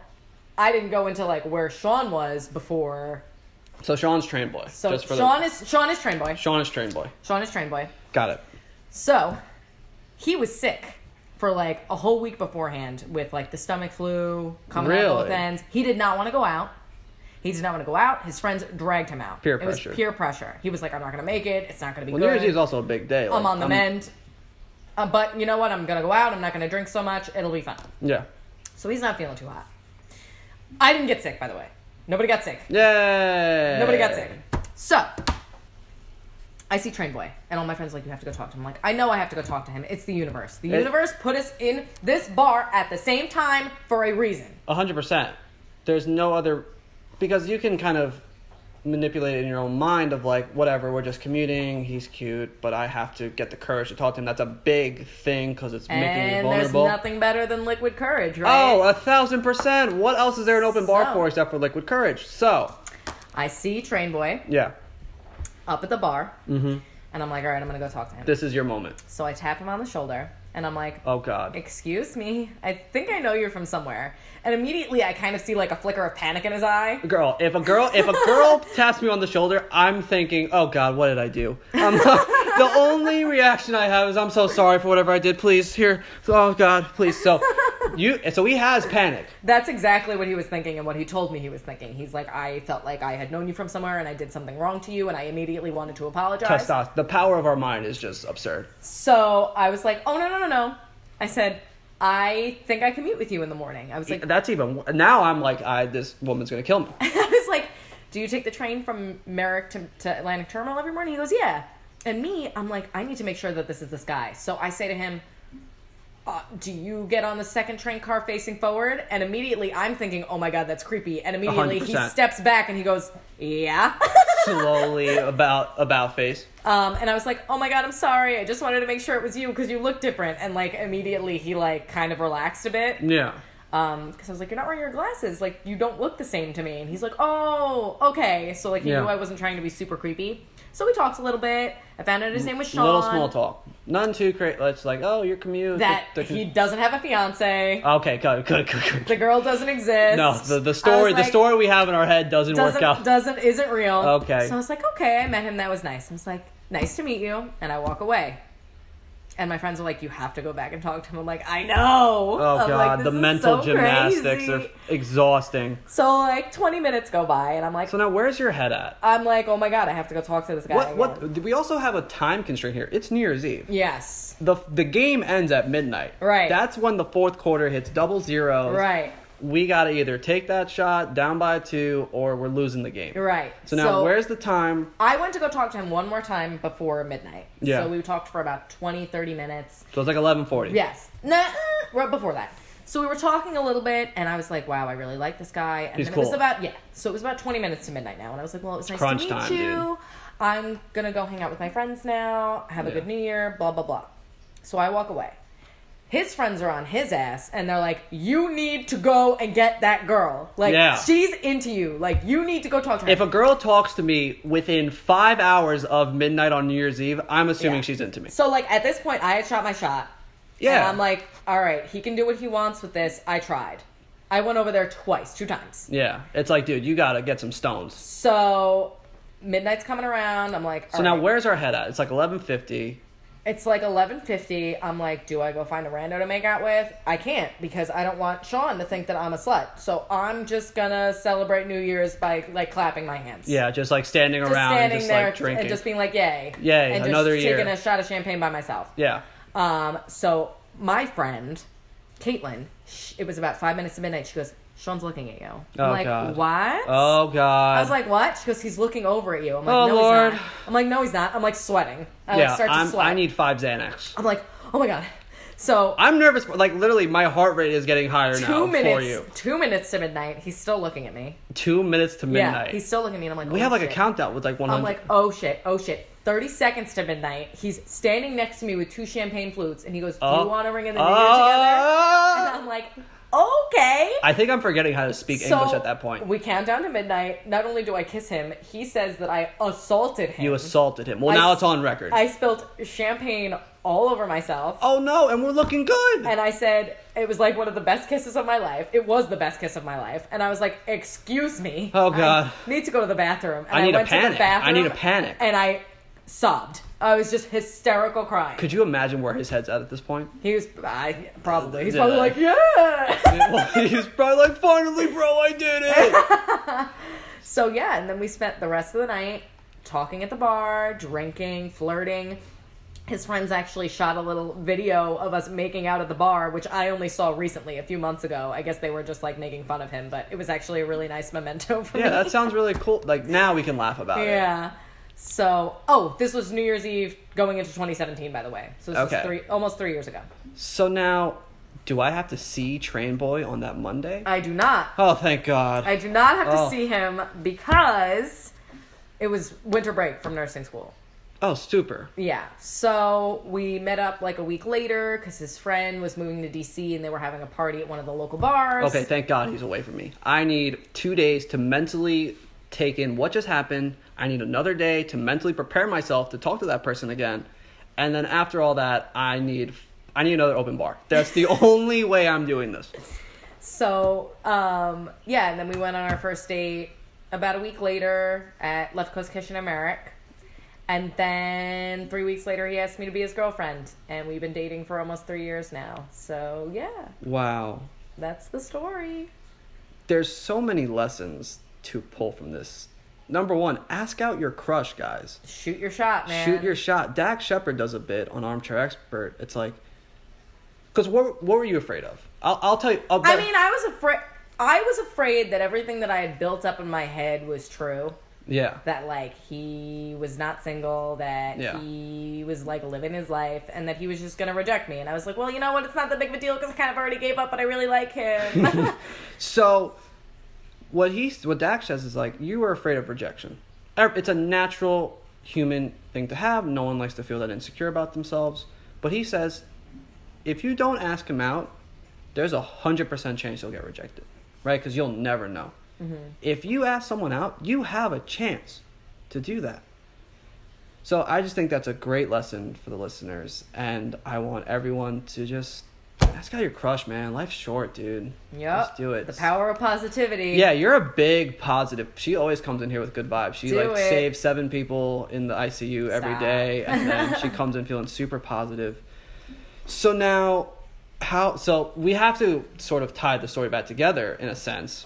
Speaker 2: I didn't go into like where Sean was before.
Speaker 1: So Sean's train boy.
Speaker 2: So
Speaker 1: just for
Speaker 2: Sean
Speaker 1: the,
Speaker 2: is Sean is train boy.
Speaker 1: Sean is train boy.
Speaker 2: Sean is train boy.
Speaker 1: Got it.
Speaker 2: So, he was sick for like a whole week beforehand with like the stomach flu coming out
Speaker 1: Really?
Speaker 2: both ends. He did not want to go out. He did not want to go out. His friends dragged him out.
Speaker 1: Peer
Speaker 2: it was
Speaker 1: pressure.
Speaker 2: peer pressure. He was like, "I'm not going to make it. It's not going to be
Speaker 1: Well, New
Speaker 2: good.
Speaker 1: Year's Eve is also a big day.
Speaker 2: I'm on the mend." Uh, but you know what? I'm going to go out. I'm not going to drink so much. It'll be fun.
Speaker 1: Yeah.
Speaker 2: So he's not feeling too hot. I didn't get sick, by the way. Nobody got sick.
Speaker 1: Yay.
Speaker 2: Nobody got sick. So I see Train Boy, and all my friends are like, you have to go talk to him. I'm like, I know I have to go talk to him. It's the universe. The
Speaker 1: It-
Speaker 2: universe put us in this bar at the same time for a reason.
Speaker 1: hundred percent. There's no other because you can kind of manipulate it in your own mind of like whatever we're just commuting he's cute but i have to get the courage to talk to him that's a big thing because it's making me
Speaker 2: and there's
Speaker 1: vulnerable
Speaker 2: nothing better than liquid courage, right?
Speaker 1: oh a thousand percent what else is there an open bar
Speaker 2: So-
Speaker 1: for except for liquid courage so
Speaker 2: I see Train Boy
Speaker 1: yeah
Speaker 2: up at the bar,
Speaker 1: hmm
Speaker 2: and I'm like, all right, I'm gonna go talk to him.
Speaker 1: this is your moment
Speaker 2: So I tap him on the shoulder, and I'm like,
Speaker 1: oh god
Speaker 2: excuse me, I think I know you're from somewhere. And immediately I kind of see like a flicker of panic in his eye.
Speaker 1: girl if a girl if a girl taps me on the shoulder i'm thinking oh god what did i do um, the only reaction i have is i'm so sorry for whatever i did please here oh god please so you so he has panic
Speaker 2: That's exactly what he was thinking and what he told me he was thinking. He's like, I felt like I had known you from somewhere and I did something wrong to you and I immediately wanted to apologize.
Speaker 1: testosterone. The power of our mind is just absurd.
Speaker 2: So I was like, oh, no, no, no, no. I said, I think I can meet with you in the morning. I was like,
Speaker 1: That's even now. I'm like, I this woman's gonna kill me.
Speaker 2: I was like, do you take the train from Merrick to, to Atlantic Terminal every morning? He goes, yeah. And me, I'm like, I need to make sure that this is this guy. So I say to him, uh, do you get on the second train car facing forward? And immediately I'm thinking, oh my God, that's creepy. And immediately he
Speaker 1: 100%.
Speaker 2: steps back and he goes, yeah.
Speaker 1: Slowly about about face.
Speaker 2: um, and I was like, oh my God, I'm sorry. I just wanted to make sure it was you because you look different. And like immediately he like kind of relaxed a bit.
Speaker 1: Yeah.
Speaker 2: Um, 'cause because I was like, "You're not wearing your glasses. Like, you don't look the same to me." And he's like, "Oh, okay." So like, he
Speaker 1: Yeah.
Speaker 2: knew I wasn't trying to be super creepy. So we talked a little bit. I found out his name was Sean.
Speaker 1: Little small talk. None too crazy. It's like, oh, your commute.
Speaker 2: That
Speaker 1: the- the-
Speaker 2: he doesn't have a fiance.
Speaker 1: okay, good, good, good, good.
Speaker 2: the girl doesn't exist.
Speaker 1: No, the,
Speaker 2: I
Speaker 1: the
Speaker 2: was
Speaker 1: story the
Speaker 2: like,
Speaker 1: story we have in our head doesn't,
Speaker 2: doesn't
Speaker 1: work out.
Speaker 2: doesn't isn't real.
Speaker 1: Okay.
Speaker 2: So I was like, "Okay." I met him. That was nice. I was like, "Nice to meet you," and I walk away. And my friends are like, "You have to go back and talk to him." I'm like, "I know."
Speaker 1: oh
Speaker 2: I'm like,
Speaker 1: god,
Speaker 2: "This
Speaker 1: the
Speaker 2: is
Speaker 1: mental
Speaker 2: so
Speaker 1: gymnastics
Speaker 2: crazy."
Speaker 1: are exhausting.
Speaker 2: So like 20 minutes go by, and I'm like,
Speaker 1: So now, where's your head at?
Speaker 2: I'm like, oh my god, I have to go talk to this guy.
Speaker 1: What
Speaker 2: again."
Speaker 1: what? We also have a time constraint here. It's New Year's Eve.
Speaker 2: Yes.
Speaker 1: The the game ends at midnight.
Speaker 2: Right.
Speaker 1: That's when the fourth quarter hits double zeros.
Speaker 2: Right.
Speaker 1: we got to either take that shot down by two or we're losing the game.
Speaker 2: Right.
Speaker 1: So now, where's the time?
Speaker 2: I went to go talk to him one more time before midnight.
Speaker 1: Yeah.
Speaker 2: So we talked for about 20, 30 minutes.
Speaker 1: So it's like 11:40.
Speaker 2: Yes. No, uh, right before that. So we were talking a little bit, and I was like, "Wow, I really like this guy." And
Speaker 1: He's
Speaker 2: then it
Speaker 1: cool.
Speaker 2: was about yeah. So it was about twenty minutes to midnight now, and I was like, "Well, it was nice
Speaker 1: crunch
Speaker 2: to meet
Speaker 1: time,
Speaker 2: you.
Speaker 1: dude.
Speaker 2: I'm gonna go hang out with my friends now. Have a
Speaker 1: Yeah.
Speaker 2: good New Year. Blah blah blah." So I walk away. His friends are on his ass, and they're like, "You need to go and get that girl. Like
Speaker 1: Yeah.
Speaker 2: she's into you. Like you need to go talk to her."
Speaker 1: If a girl talks to me within five hours of midnight on New Year's Eve, I'm assuming
Speaker 2: Yeah.
Speaker 1: she's into me.
Speaker 2: So like at this point, I had shot my shot.
Speaker 1: Yeah.
Speaker 2: And I'm like, all right, he can do what he wants with this. I tried. I went over there twice, two times.
Speaker 1: Yeah, it's like, dude, you gotta get some stones.
Speaker 2: So midnight's coming around. I'm like,
Speaker 1: So now, where's our head at? It's like 11:50.
Speaker 2: It's like 11:50. I'm like, do I go find a rando to make out with? I can't because I don't want Sean to think that I'm a slut. So I'm just gonna celebrate New Year's by like clapping my hands.
Speaker 1: Yeah, just like standing around,
Speaker 2: standing
Speaker 1: just
Speaker 2: there
Speaker 1: like drinking.
Speaker 2: and just being like, yay,
Speaker 1: Yay,
Speaker 2: and
Speaker 1: another
Speaker 2: just
Speaker 1: year.
Speaker 2: taking a shot of champagne by myself.
Speaker 1: yeah.
Speaker 2: Um, so my friend, Caitlin, sh- it was about five minutes to midnight. She goes, Sean's looking at you. I'm
Speaker 1: Oh,
Speaker 2: like,
Speaker 1: God.
Speaker 2: what?
Speaker 1: Oh God.
Speaker 2: I was like, what? She goes, he's looking over at you. I'm like,
Speaker 1: Oh,
Speaker 2: no,
Speaker 1: Lord.
Speaker 2: he's not. I'm like, no, he's not. I'm like sweating. I like
Speaker 1: yeah,
Speaker 2: start to
Speaker 1: I'm,
Speaker 2: sweat.
Speaker 1: I need five Xanax.
Speaker 2: I'm like, oh my God. So
Speaker 1: I'm nervous. for- Like literally, my heart rate is getting higher now for
Speaker 2: two
Speaker 1: you.
Speaker 2: minutes, two minutes to midnight. He's still looking at me.
Speaker 1: Two minutes to midnight.
Speaker 2: Yeah, he's still looking at me. And I'm like,
Speaker 1: we
Speaker 2: oh,
Speaker 1: have like
Speaker 2: shit.
Speaker 1: a countdown with like 100.
Speaker 2: I'm like, oh shit, oh shit. 30 seconds to midnight. He's standing next to me with two champagne flutes, and he goes, Do
Speaker 1: Oh.
Speaker 2: you want to ring in the new year together? And
Speaker 1: Oh!
Speaker 2: I'm like, okay.
Speaker 1: I think I'm forgetting how to speak English at that point.
Speaker 2: We count down to midnight. Not only do I kiss him, he says that I assaulted him.
Speaker 1: you assaulted him. Well,
Speaker 2: I
Speaker 1: now
Speaker 2: s-
Speaker 1: it's on record.
Speaker 2: I spilt champagne all over myself.
Speaker 1: oh no, and we're looking good.
Speaker 2: And I said, it was like one of the best kisses of my life. It was the best kiss of my life. And I was like, excuse me.
Speaker 1: Oh, God.
Speaker 2: I need to go to the bathroom. And
Speaker 1: I need a
Speaker 2: went To
Speaker 1: panic.
Speaker 2: the bathroom
Speaker 1: I need a panic.
Speaker 2: And I sobbed. I was just hysterical crying.
Speaker 1: Could you imagine where his head's at at this point?
Speaker 2: he was I, probably. He's
Speaker 1: Yeah.
Speaker 2: probably like, yeah.
Speaker 1: Well, He's probably like, finally, bro, I did it.
Speaker 2: So yeah, and then we spent the rest of the night talking at the bar, drinking, flirting. His friends actually shot a little video of us making out at the bar, which I only saw recently, a few months ago. I guess they were just like making fun of him, but it was actually a really nice memento for
Speaker 1: yeah,
Speaker 2: me.
Speaker 1: that sounds really cool. Like now we can laugh about it.
Speaker 2: yeah. So, oh, this was New Year's Eve going into 2017, by the way. So this
Speaker 1: Okay.
Speaker 2: was three, almost three years ago.
Speaker 1: So now, do I have to see Train Boy on that Monday?
Speaker 2: I do not
Speaker 1: oh, thank God.
Speaker 2: I do not have
Speaker 1: Oh.
Speaker 2: to see him because It was winter break from nursing school.
Speaker 1: Oh, super.
Speaker 2: Yeah. So we met up like a week later because his friend was moving to DC and they were having a party at one of the local bars.
Speaker 1: Okay, thank God he's away from me. I need two days to mentally take in what just happened. I need another day to mentally prepare myself to talk to that person again. And then after all that, I need I need another open bar. That's the only way I'm doing this.
Speaker 2: So um, yeah, and then we went on our first date about a week later at Left Coast Kitchen and Merrick. And then three weeks later, he asked me to be his girlfriend, and we've been dating for almost three years now. So yeah,
Speaker 1: Wow.
Speaker 2: that's the story.
Speaker 1: There's so many lessons to pull from this. Number one, ask out your crush, guys.
Speaker 2: Shoot your shot, man.
Speaker 1: shoot your shot. Dak Shepard does a bit on Armchair Expert. It's like, because what what were you afraid of? I'll I'll tell you. I'll,
Speaker 2: I mean, I was afraid. I was afraid that everything that I had built up in my head was true.
Speaker 1: yeah,
Speaker 2: That like he was not single. That
Speaker 1: Yeah.
Speaker 2: he was like living his life, and that he was just gonna reject me. And I was like, well, you know what? It's not that big of a deal because I kind of already gave up, but I really like him.
Speaker 1: So, what he what Dak says is like you were afraid of rejection. Ev- It's a natural human thing to have. No one likes to feel that insecure about themselves. But he says, if you don't ask him out, there's a hundred percent chance you'll get rejected, right? Because you'll never know.
Speaker 2: Mm-hmm.
Speaker 1: If you ask someone out, you have a chance to do that. So I just think that's a great lesson for the listeners, and I want everyone to just ask out your crush, man. Life's short, dude.
Speaker 2: yep.
Speaker 1: Just do it.
Speaker 2: The power of positivity.
Speaker 1: Yeah, you're a big positive. She always comes in here with good vibes. She
Speaker 2: Do
Speaker 1: like
Speaker 2: it.
Speaker 1: saves seven people in the ICU every
Speaker 2: Stop.
Speaker 1: day, and then she comes in feeling super positive. So now, how? So we have to sort of tie the story back together in a sense.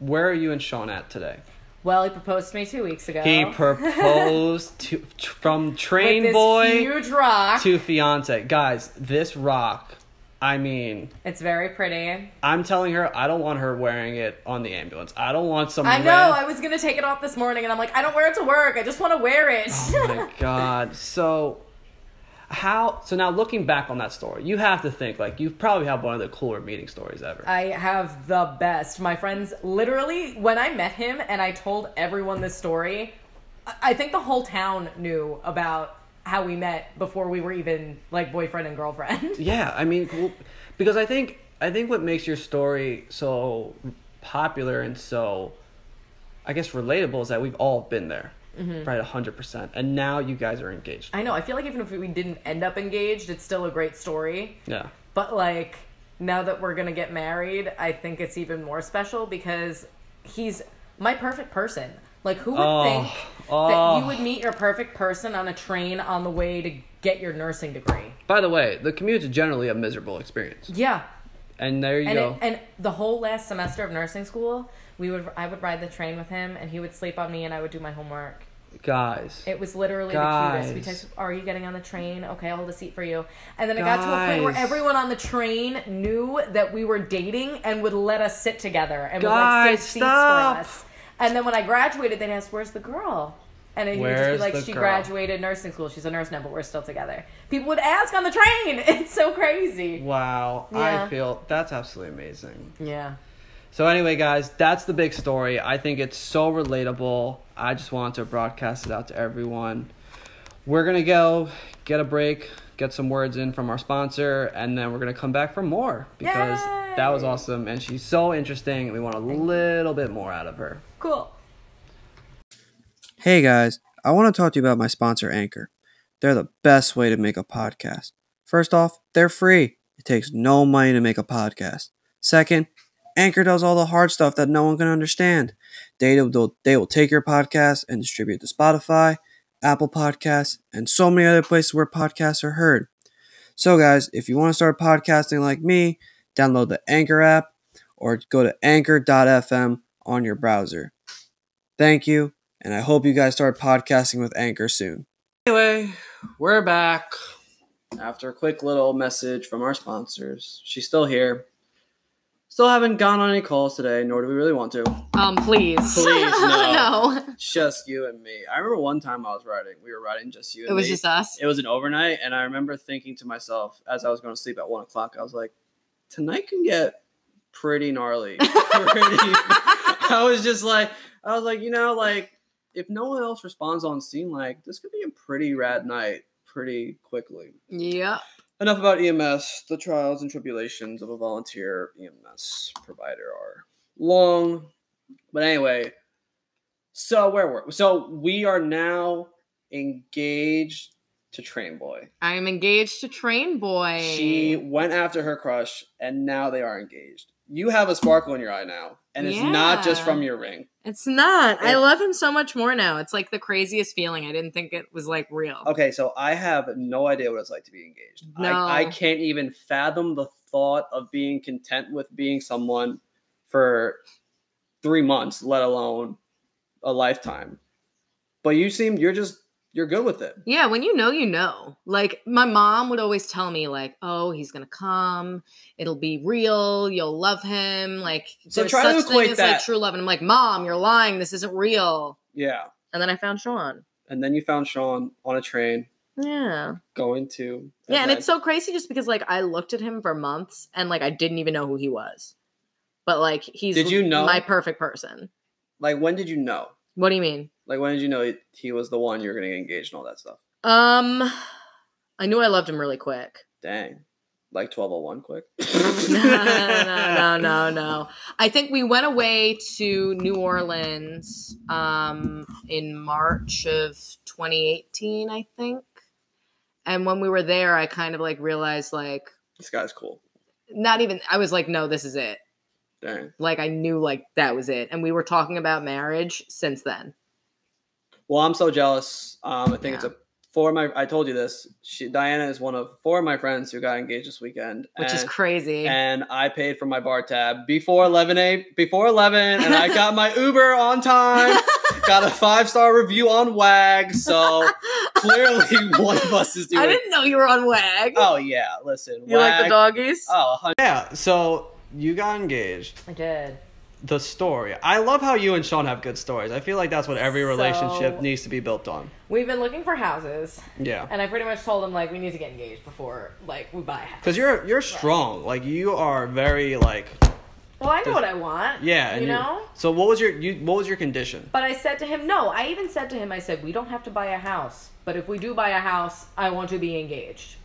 Speaker 1: Where are you and Sean at today?
Speaker 2: Well, he proposed to me two weeks ago.
Speaker 1: He proposed to from
Speaker 2: With
Speaker 1: train
Speaker 2: this
Speaker 1: boy
Speaker 2: huge rock.
Speaker 1: to fiance. Guys, this rock. I mean,
Speaker 2: It's very pretty.
Speaker 1: I'm telling her I don't want her wearing it on the ambulance. I don't want some.
Speaker 2: I know.
Speaker 1: ran-
Speaker 2: I was gonna take it off this morning, and I'm like, I don't wear it to work. I just want to wear it.
Speaker 1: Oh my god. So how so now looking back on that story, you have to think like you probably have one of the cooler meeting stories ever.
Speaker 2: I have the best. My friends, literally, when I met him and I told everyone this story, I- I think the whole town knew about how we met before we were even like boyfriend and girlfriend.
Speaker 1: yeah, I mean cool- because I think I think what makes your story so popular and so I guess relatable is that we've all been there. Right, hundred percent. And now you guys are engaged.
Speaker 2: Mm-hmm. I know. I feel like even if we didn't end up engaged, it's still a great story.
Speaker 1: yeah.
Speaker 2: But like now that we're gonna get married, I think it's even more special because he's my perfect person. Like who would
Speaker 1: Oh,
Speaker 2: think that
Speaker 1: oh.
Speaker 2: you would meet your perfect person on a train on the way to get your nursing degree?
Speaker 1: By the way, the commute is generally a miserable experience.
Speaker 2: Yeah.
Speaker 1: And there you
Speaker 2: And
Speaker 1: go.
Speaker 2: it, and the whole last semester of nursing school, we would I would ride the train with him and he would sleep on me and I would do my homework.
Speaker 1: guys.
Speaker 2: It was literally the cutest. We
Speaker 1: Guys.
Speaker 2: text, "Are you getting on the train? Okay, I'll hold a seat for you." And then it got to a point where
Speaker 1: Guys.
Speaker 2: everyone on the train knew that we were dating and would let us sit together and would like
Speaker 1: Guys,
Speaker 2: save
Speaker 1: stop.
Speaker 2: seats for us. And then when I graduated, they'd ask, "Where's the girl?" And then he would just be
Speaker 1: Where's
Speaker 2: like,
Speaker 1: the
Speaker 2: "She
Speaker 1: girl?"
Speaker 2: graduated nursing school. She's a nurse now, but we're still together." People would ask on the train. It's so crazy.
Speaker 1: wow.
Speaker 2: Yeah.
Speaker 1: I feel that's absolutely amazing.
Speaker 2: Yeah.
Speaker 1: So anyway, guys, that's the big story. I think it's so relatable. I just wanted to broadcast it out to everyone. We're gonna go get a break, get some words in from our sponsor, and then we're gonna come back for more because
Speaker 2: Yay!
Speaker 1: that was awesome and she's so interesting. and We want a little bit more out of her.
Speaker 2: Cool.
Speaker 3: Hey guys, I want to talk to you about my sponsor, Anchor. They're the best way to make a podcast. First off, they're free. It takes no money to make a podcast. Second, Anchor does all the hard stuff that no one can understand. They will, they will take your podcast and distribute to Spotify, Apple Podcasts, and so many other places where podcasts are heard. So, guys, if you want to start podcasting like me, download the Anchor app or go to anchor.fm on your browser. Thank you and I hope you guys start podcasting with Anchor soon. Anyway, we're back after a quick little message from our sponsors. She's still here. Still haven't gone on any calls today, nor do we really want to.
Speaker 2: Um, please.
Speaker 1: Please, no.
Speaker 2: no.
Speaker 1: Just you and me. I remember one time I was riding. We were riding just you and me.
Speaker 2: us.
Speaker 1: it was an overnight, and I remember thinking to myself as I was going to sleep at one o'clock, I was like, tonight can get pretty gnarly. Pretty. I was just like, I was like, you know, like
Speaker 3: if no one else responds on scene, like this could be a pretty rad night pretty quickly.
Speaker 2: Yeah.
Speaker 3: Enough about EMS. The trials and tribulations of a volunteer EMS provider are long. But anyway, so where were so we are now engaged to Train Boy.
Speaker 2: I am engaged to Train Boy.
Speaker 3: She went after her crush, and now they are engaged. You have a sparkle in your eye now, and it's not just
Speaker 2: Yeah.
Speaker 3: from your ring.
Speaker 2: It's not. I
Speaker 3: It-
Speaker 2: love him so much more now. It's like the craziest feeling. I didn't think it was like real.
Speaker 3: Okay, so I have no idea what it's like to be engaged.
Speaker 2: No.
Speaker 3: I, I can't even fathom the thought of being content with being someone for three months, let alone a lifetime. But you seem you're just you're good with it.
Speaker 2: Yeah, when you know, you know. Like my mom would always tell me, like, "Oh, he's gonna come. It'll be real. You'll love him." Like,
Speaker 3: So
Speaker 2: there's
Speaker 3: try to
Speaker 2: such thing
Speaker 3: equate
Speaker 2: as,
Speaker 3: that.
Speaker 2: like true love, and I'm like, "Mom, you're lying. This isn't real."
Speaker 3: Yeah.
Speaker 2: And then I found Sean.
Speaker 3: And then you found Sean on a train
Speaker 2: Yeah,
Speaker 3: going to
Speaker 2: yeah, and
Speaker 3: event.
Speaker 2: it's so crazy just because like I looked at him for months and like I didn't even know who he was, but like he's
Speaker 3: Did you know?
Speaker 2: my perfect person?
Speaker 3: like when did you know?
Speaker 2: What do you mean?
Speaker 3: Like when did you know he, he was the one you were gonna get engaged and all that stuff?
Speaker 2: Um, I knew I loved him really quick.
Speaker 3: Dang. Like twelve oh one quick.
Speaker 2: no, no, no, no, no. I think we went away to New Orleans um, in March of 2018, I think. And when we were there, I kind of like realized, like,
Speaker 3: This guy's cool.
Speaker 2: not even, I was like, no, this is it.
Speaker 3: Dang.
Speaker 2: Like, I knew, like, that was it. And we were talking about marriage since then.
Speaker 3: Well, I'm so jealous. Um, I think it's a four of my. I told you this. She, Diana is one of four of my friends who got engaged this weekend,
Speaker 2: Which
Speaker 3: and,
Speaker 2: is crazy.
Speaker 3: And I paid for my bar tab before 11 a before 11, and I got my Uber on time. got a five star review on Wag, so clearly one of us is
Speaker 2: I
Speaker 3: doing.
Speaker 2: didn't know you were on WAG.
Speaker 3: Oh yeah, listen.
Speaker 2: you like the
Speaker 3: Wag-
Speaker 2: doggies?
Speaker 3: Oh, hun-
Speaker 1: Yeah, so you got engaged.
Speaker 2: I did.
Speaker 1: The story. I love how you and Sean have good stories. I feel like that's what every relationship
Speaker 2: So-
Speaker 1: needs to be built on.
Speaker 2: We've been looking for houses.
Speaker 1: Yeah.
Speaker 2: And I pretty much told him like we need to get engaged before like we buy a house.
Speaker 1: Cuz you're you're strong. Like you are very like
Speaker 2: well, I know what I want.
Speaker 1: yeah, and
Speaker 2: you
Speaker 1: you're-
Speaker 2: know.
Speaker 1: So what was your you what was your condition?
Speaker 2: But I said to him, no. I even said to him, I said we don't have to buy a house, but if we do buy a house, I want to be engaged.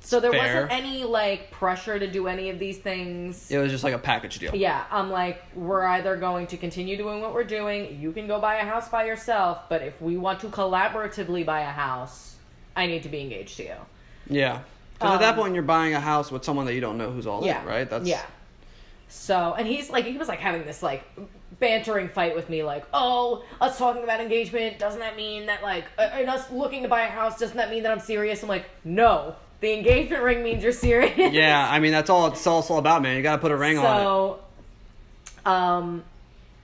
Speaker 2: So there
Speaker 1: Fair.
Speaker 2: wasn't any like pressure to do any of these things.
Speaker 1: It was just like a package deal.
Speaker 2: Yeah, I'm like, we're either going to continue doing what we're doing. You can go buy a house by yourself, but if we want to collaboratively buy a house, I need to be engaged to you.
Speaker 1: Yeah. Because at that
Speaker 2: Um,
Speaker 1: point, you're buying a house with someone that you don't know who's all in, right?
Speaker 2: yeah. So and he's like he was like having this like bantering fight with me like oh us talking about engagement doesn't that mean that like uh, and us looking to buy a house doesn't that mean that I'm serious? I'm like no, the engagement ring means you're serious.
Speaker 1: Yeah, I mean that's all it's all, it's all about, man. You gotta put a ring on it.
Speaker 2: so, um,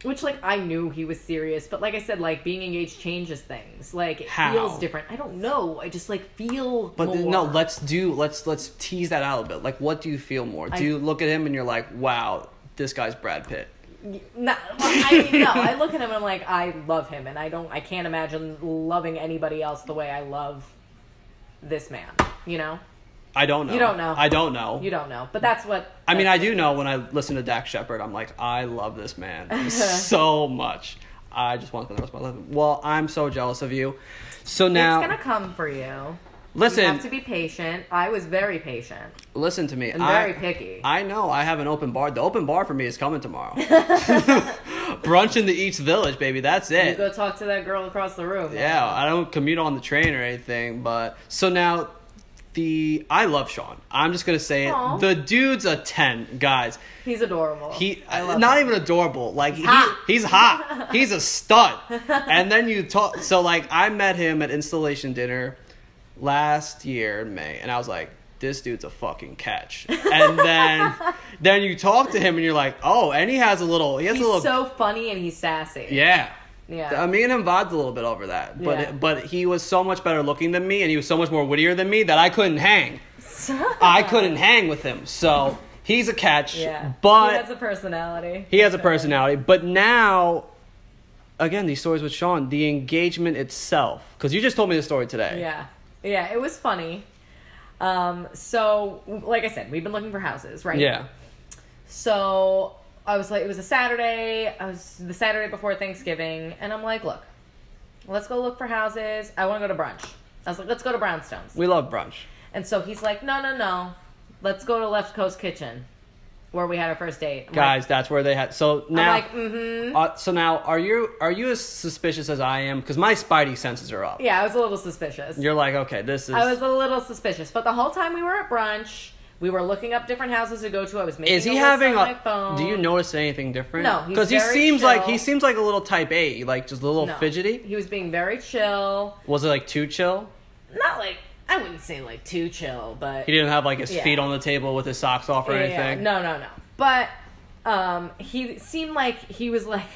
Speaker 2: which like I knew he was serious, but like I said, like being engaged changes things. Like it
Speaker 1: How?
Speaker 2: feels different. I don't know. I just like feel.
Speaker 1: But
Speaker 2: more.
Speaker 1: no, let's do let's let's tease that out a bit. Like, what do you feel more?
Speaker 2: I-
Speaker 1: do you look at him and you're like, wow, this guy's Brad Pitt?
Speaker 2: No, well, I mean, no. I look at him and I'm like, I love him, and I don't, I can't imagine loving anybody else the way I love this man. You know,
Speaker 1: I don't know.
Speaker 2: You don't know.
Speaker 1: I don't know.
Speaker 2: you don't know, but that's what.
Speaker 1: I mean, I do know when I listen to Dak Shepard, I'm like, I love this man so much. I just want to spend the rest of my life. Well, I'm so jealous of you. So now,
Speaker 2: it's gonna come for you.
Speaker 1: listen,
Speaker 2: You have to be patient. I was very patient
Speaker 1: listen to me.
Speaker 2: and
Speaker 1: I-
Speaker 2: very picky.
Speaker 1: I know I have an open bar. The open bar for me is coming tomorrow. Brunch in the East Village, baby. That's
Speaker 2: you go
Speaker 1: it.
Speaker 2: talk to that girl across the room.
Speaker 1: Yeah, I don't commute on the train or anything, but so now the I love Sean. I'm just gonna say it.
Speaker 2: Aw.
Speaker 1: The dude's a ten, guys.
Speaker 2: he's adorable.
Speaker 1: He uh,
Speaker 2: I love
Speaker 1: not
Speaker 2: him.
Speaker 1: even adorable. Like he,
Speaker 2: hot.
Speaker 1: he's hot. he's a stud. And then you talk. So like I met him at installation dinner last year in May, and I was like, this dude's a fucking catch. And then then you talk to him, and you're like, oh, and he has a little. He has
Speaker 2: He's
Speaker 1: a little.
Speaker 2: so funny and he's sassy.
Speaker 1: yeah.
Speaker 2: Yeah.
Speaker 1: Uh, me and him vibed a little bit over that, but
Speaker 2: Yeah.
Speaker 1: but he was so much better looking than me, and he was so much more wittier than me that I couldn't hang. I couldn't hang with him, so he's a catch.
Speaker 2: yeah.
Speaker 1: But
Speaker 2: he has a personality.
Speaker 1: he has a personality, but now, again, these stories with Sean, the engagement itself, because you just told me the story today.
Speaker 2: Yeah. Yeah, it was funny. Um, so like I said, we've been looking for houses, right?
Speaker 1: Yeah.
Speaker 2: So I was like, it was a Saturday. I was the Saturday before Thanksgiving, and I'm like, look, let's go look for houses. I want to go to brunch. I was like, let's go to Brownstones.
Speaker 1: We love brunch.
Speaker 2: And so he's like, no, no, no. Let's go to Left Coast Kitchen, where we had our first date. I'm
Speaker 1: Guys, that's where they had. So
Speaker 2: like,
Speaker 1: now,
Speaker 2: I'm like, mm-hmm.
Speaker 1: uh, so now, are you are you as suspicious as I am? Because my spidey senses are up.
Speaker 2: Yeah, I was a little suspicious.
Speaker 1: You're like, okay, this is.
Speaker 2: I was a little suspicious, but the whole time we were at brunch, we were looking up different houses to go to. I was making.
Speaker 1: is he
Speaker 2: a list
Speaker 1: having
Speaker 2: on my
Speaker 1: a?
Speaker 2: phone.
Speaker 1: Do you notice anything different?
Speaker 2: No, he's
Speaker 1: he
Speaker 2: very
Speaker 1: seems like he
Speaker 2: chill.
Speaker 1: seems like a little type A, like just a little
Speaker 2: No.
Speaker 1: fidgety.
Speaker 2: He was being very chill.
Speaker 1: Was it like too chill?
Speaker 2: Not like I wouldn't say like too chill, but
Speaker 1: He didn't have like his
Speaker 2: Yeah.
Speaker 1: feet on the table with his socks off or
Speaker 2: Yeah, yeah,
Speaker 1: anything.
Speaker 2: No, no, no. But um, he seemed like he was like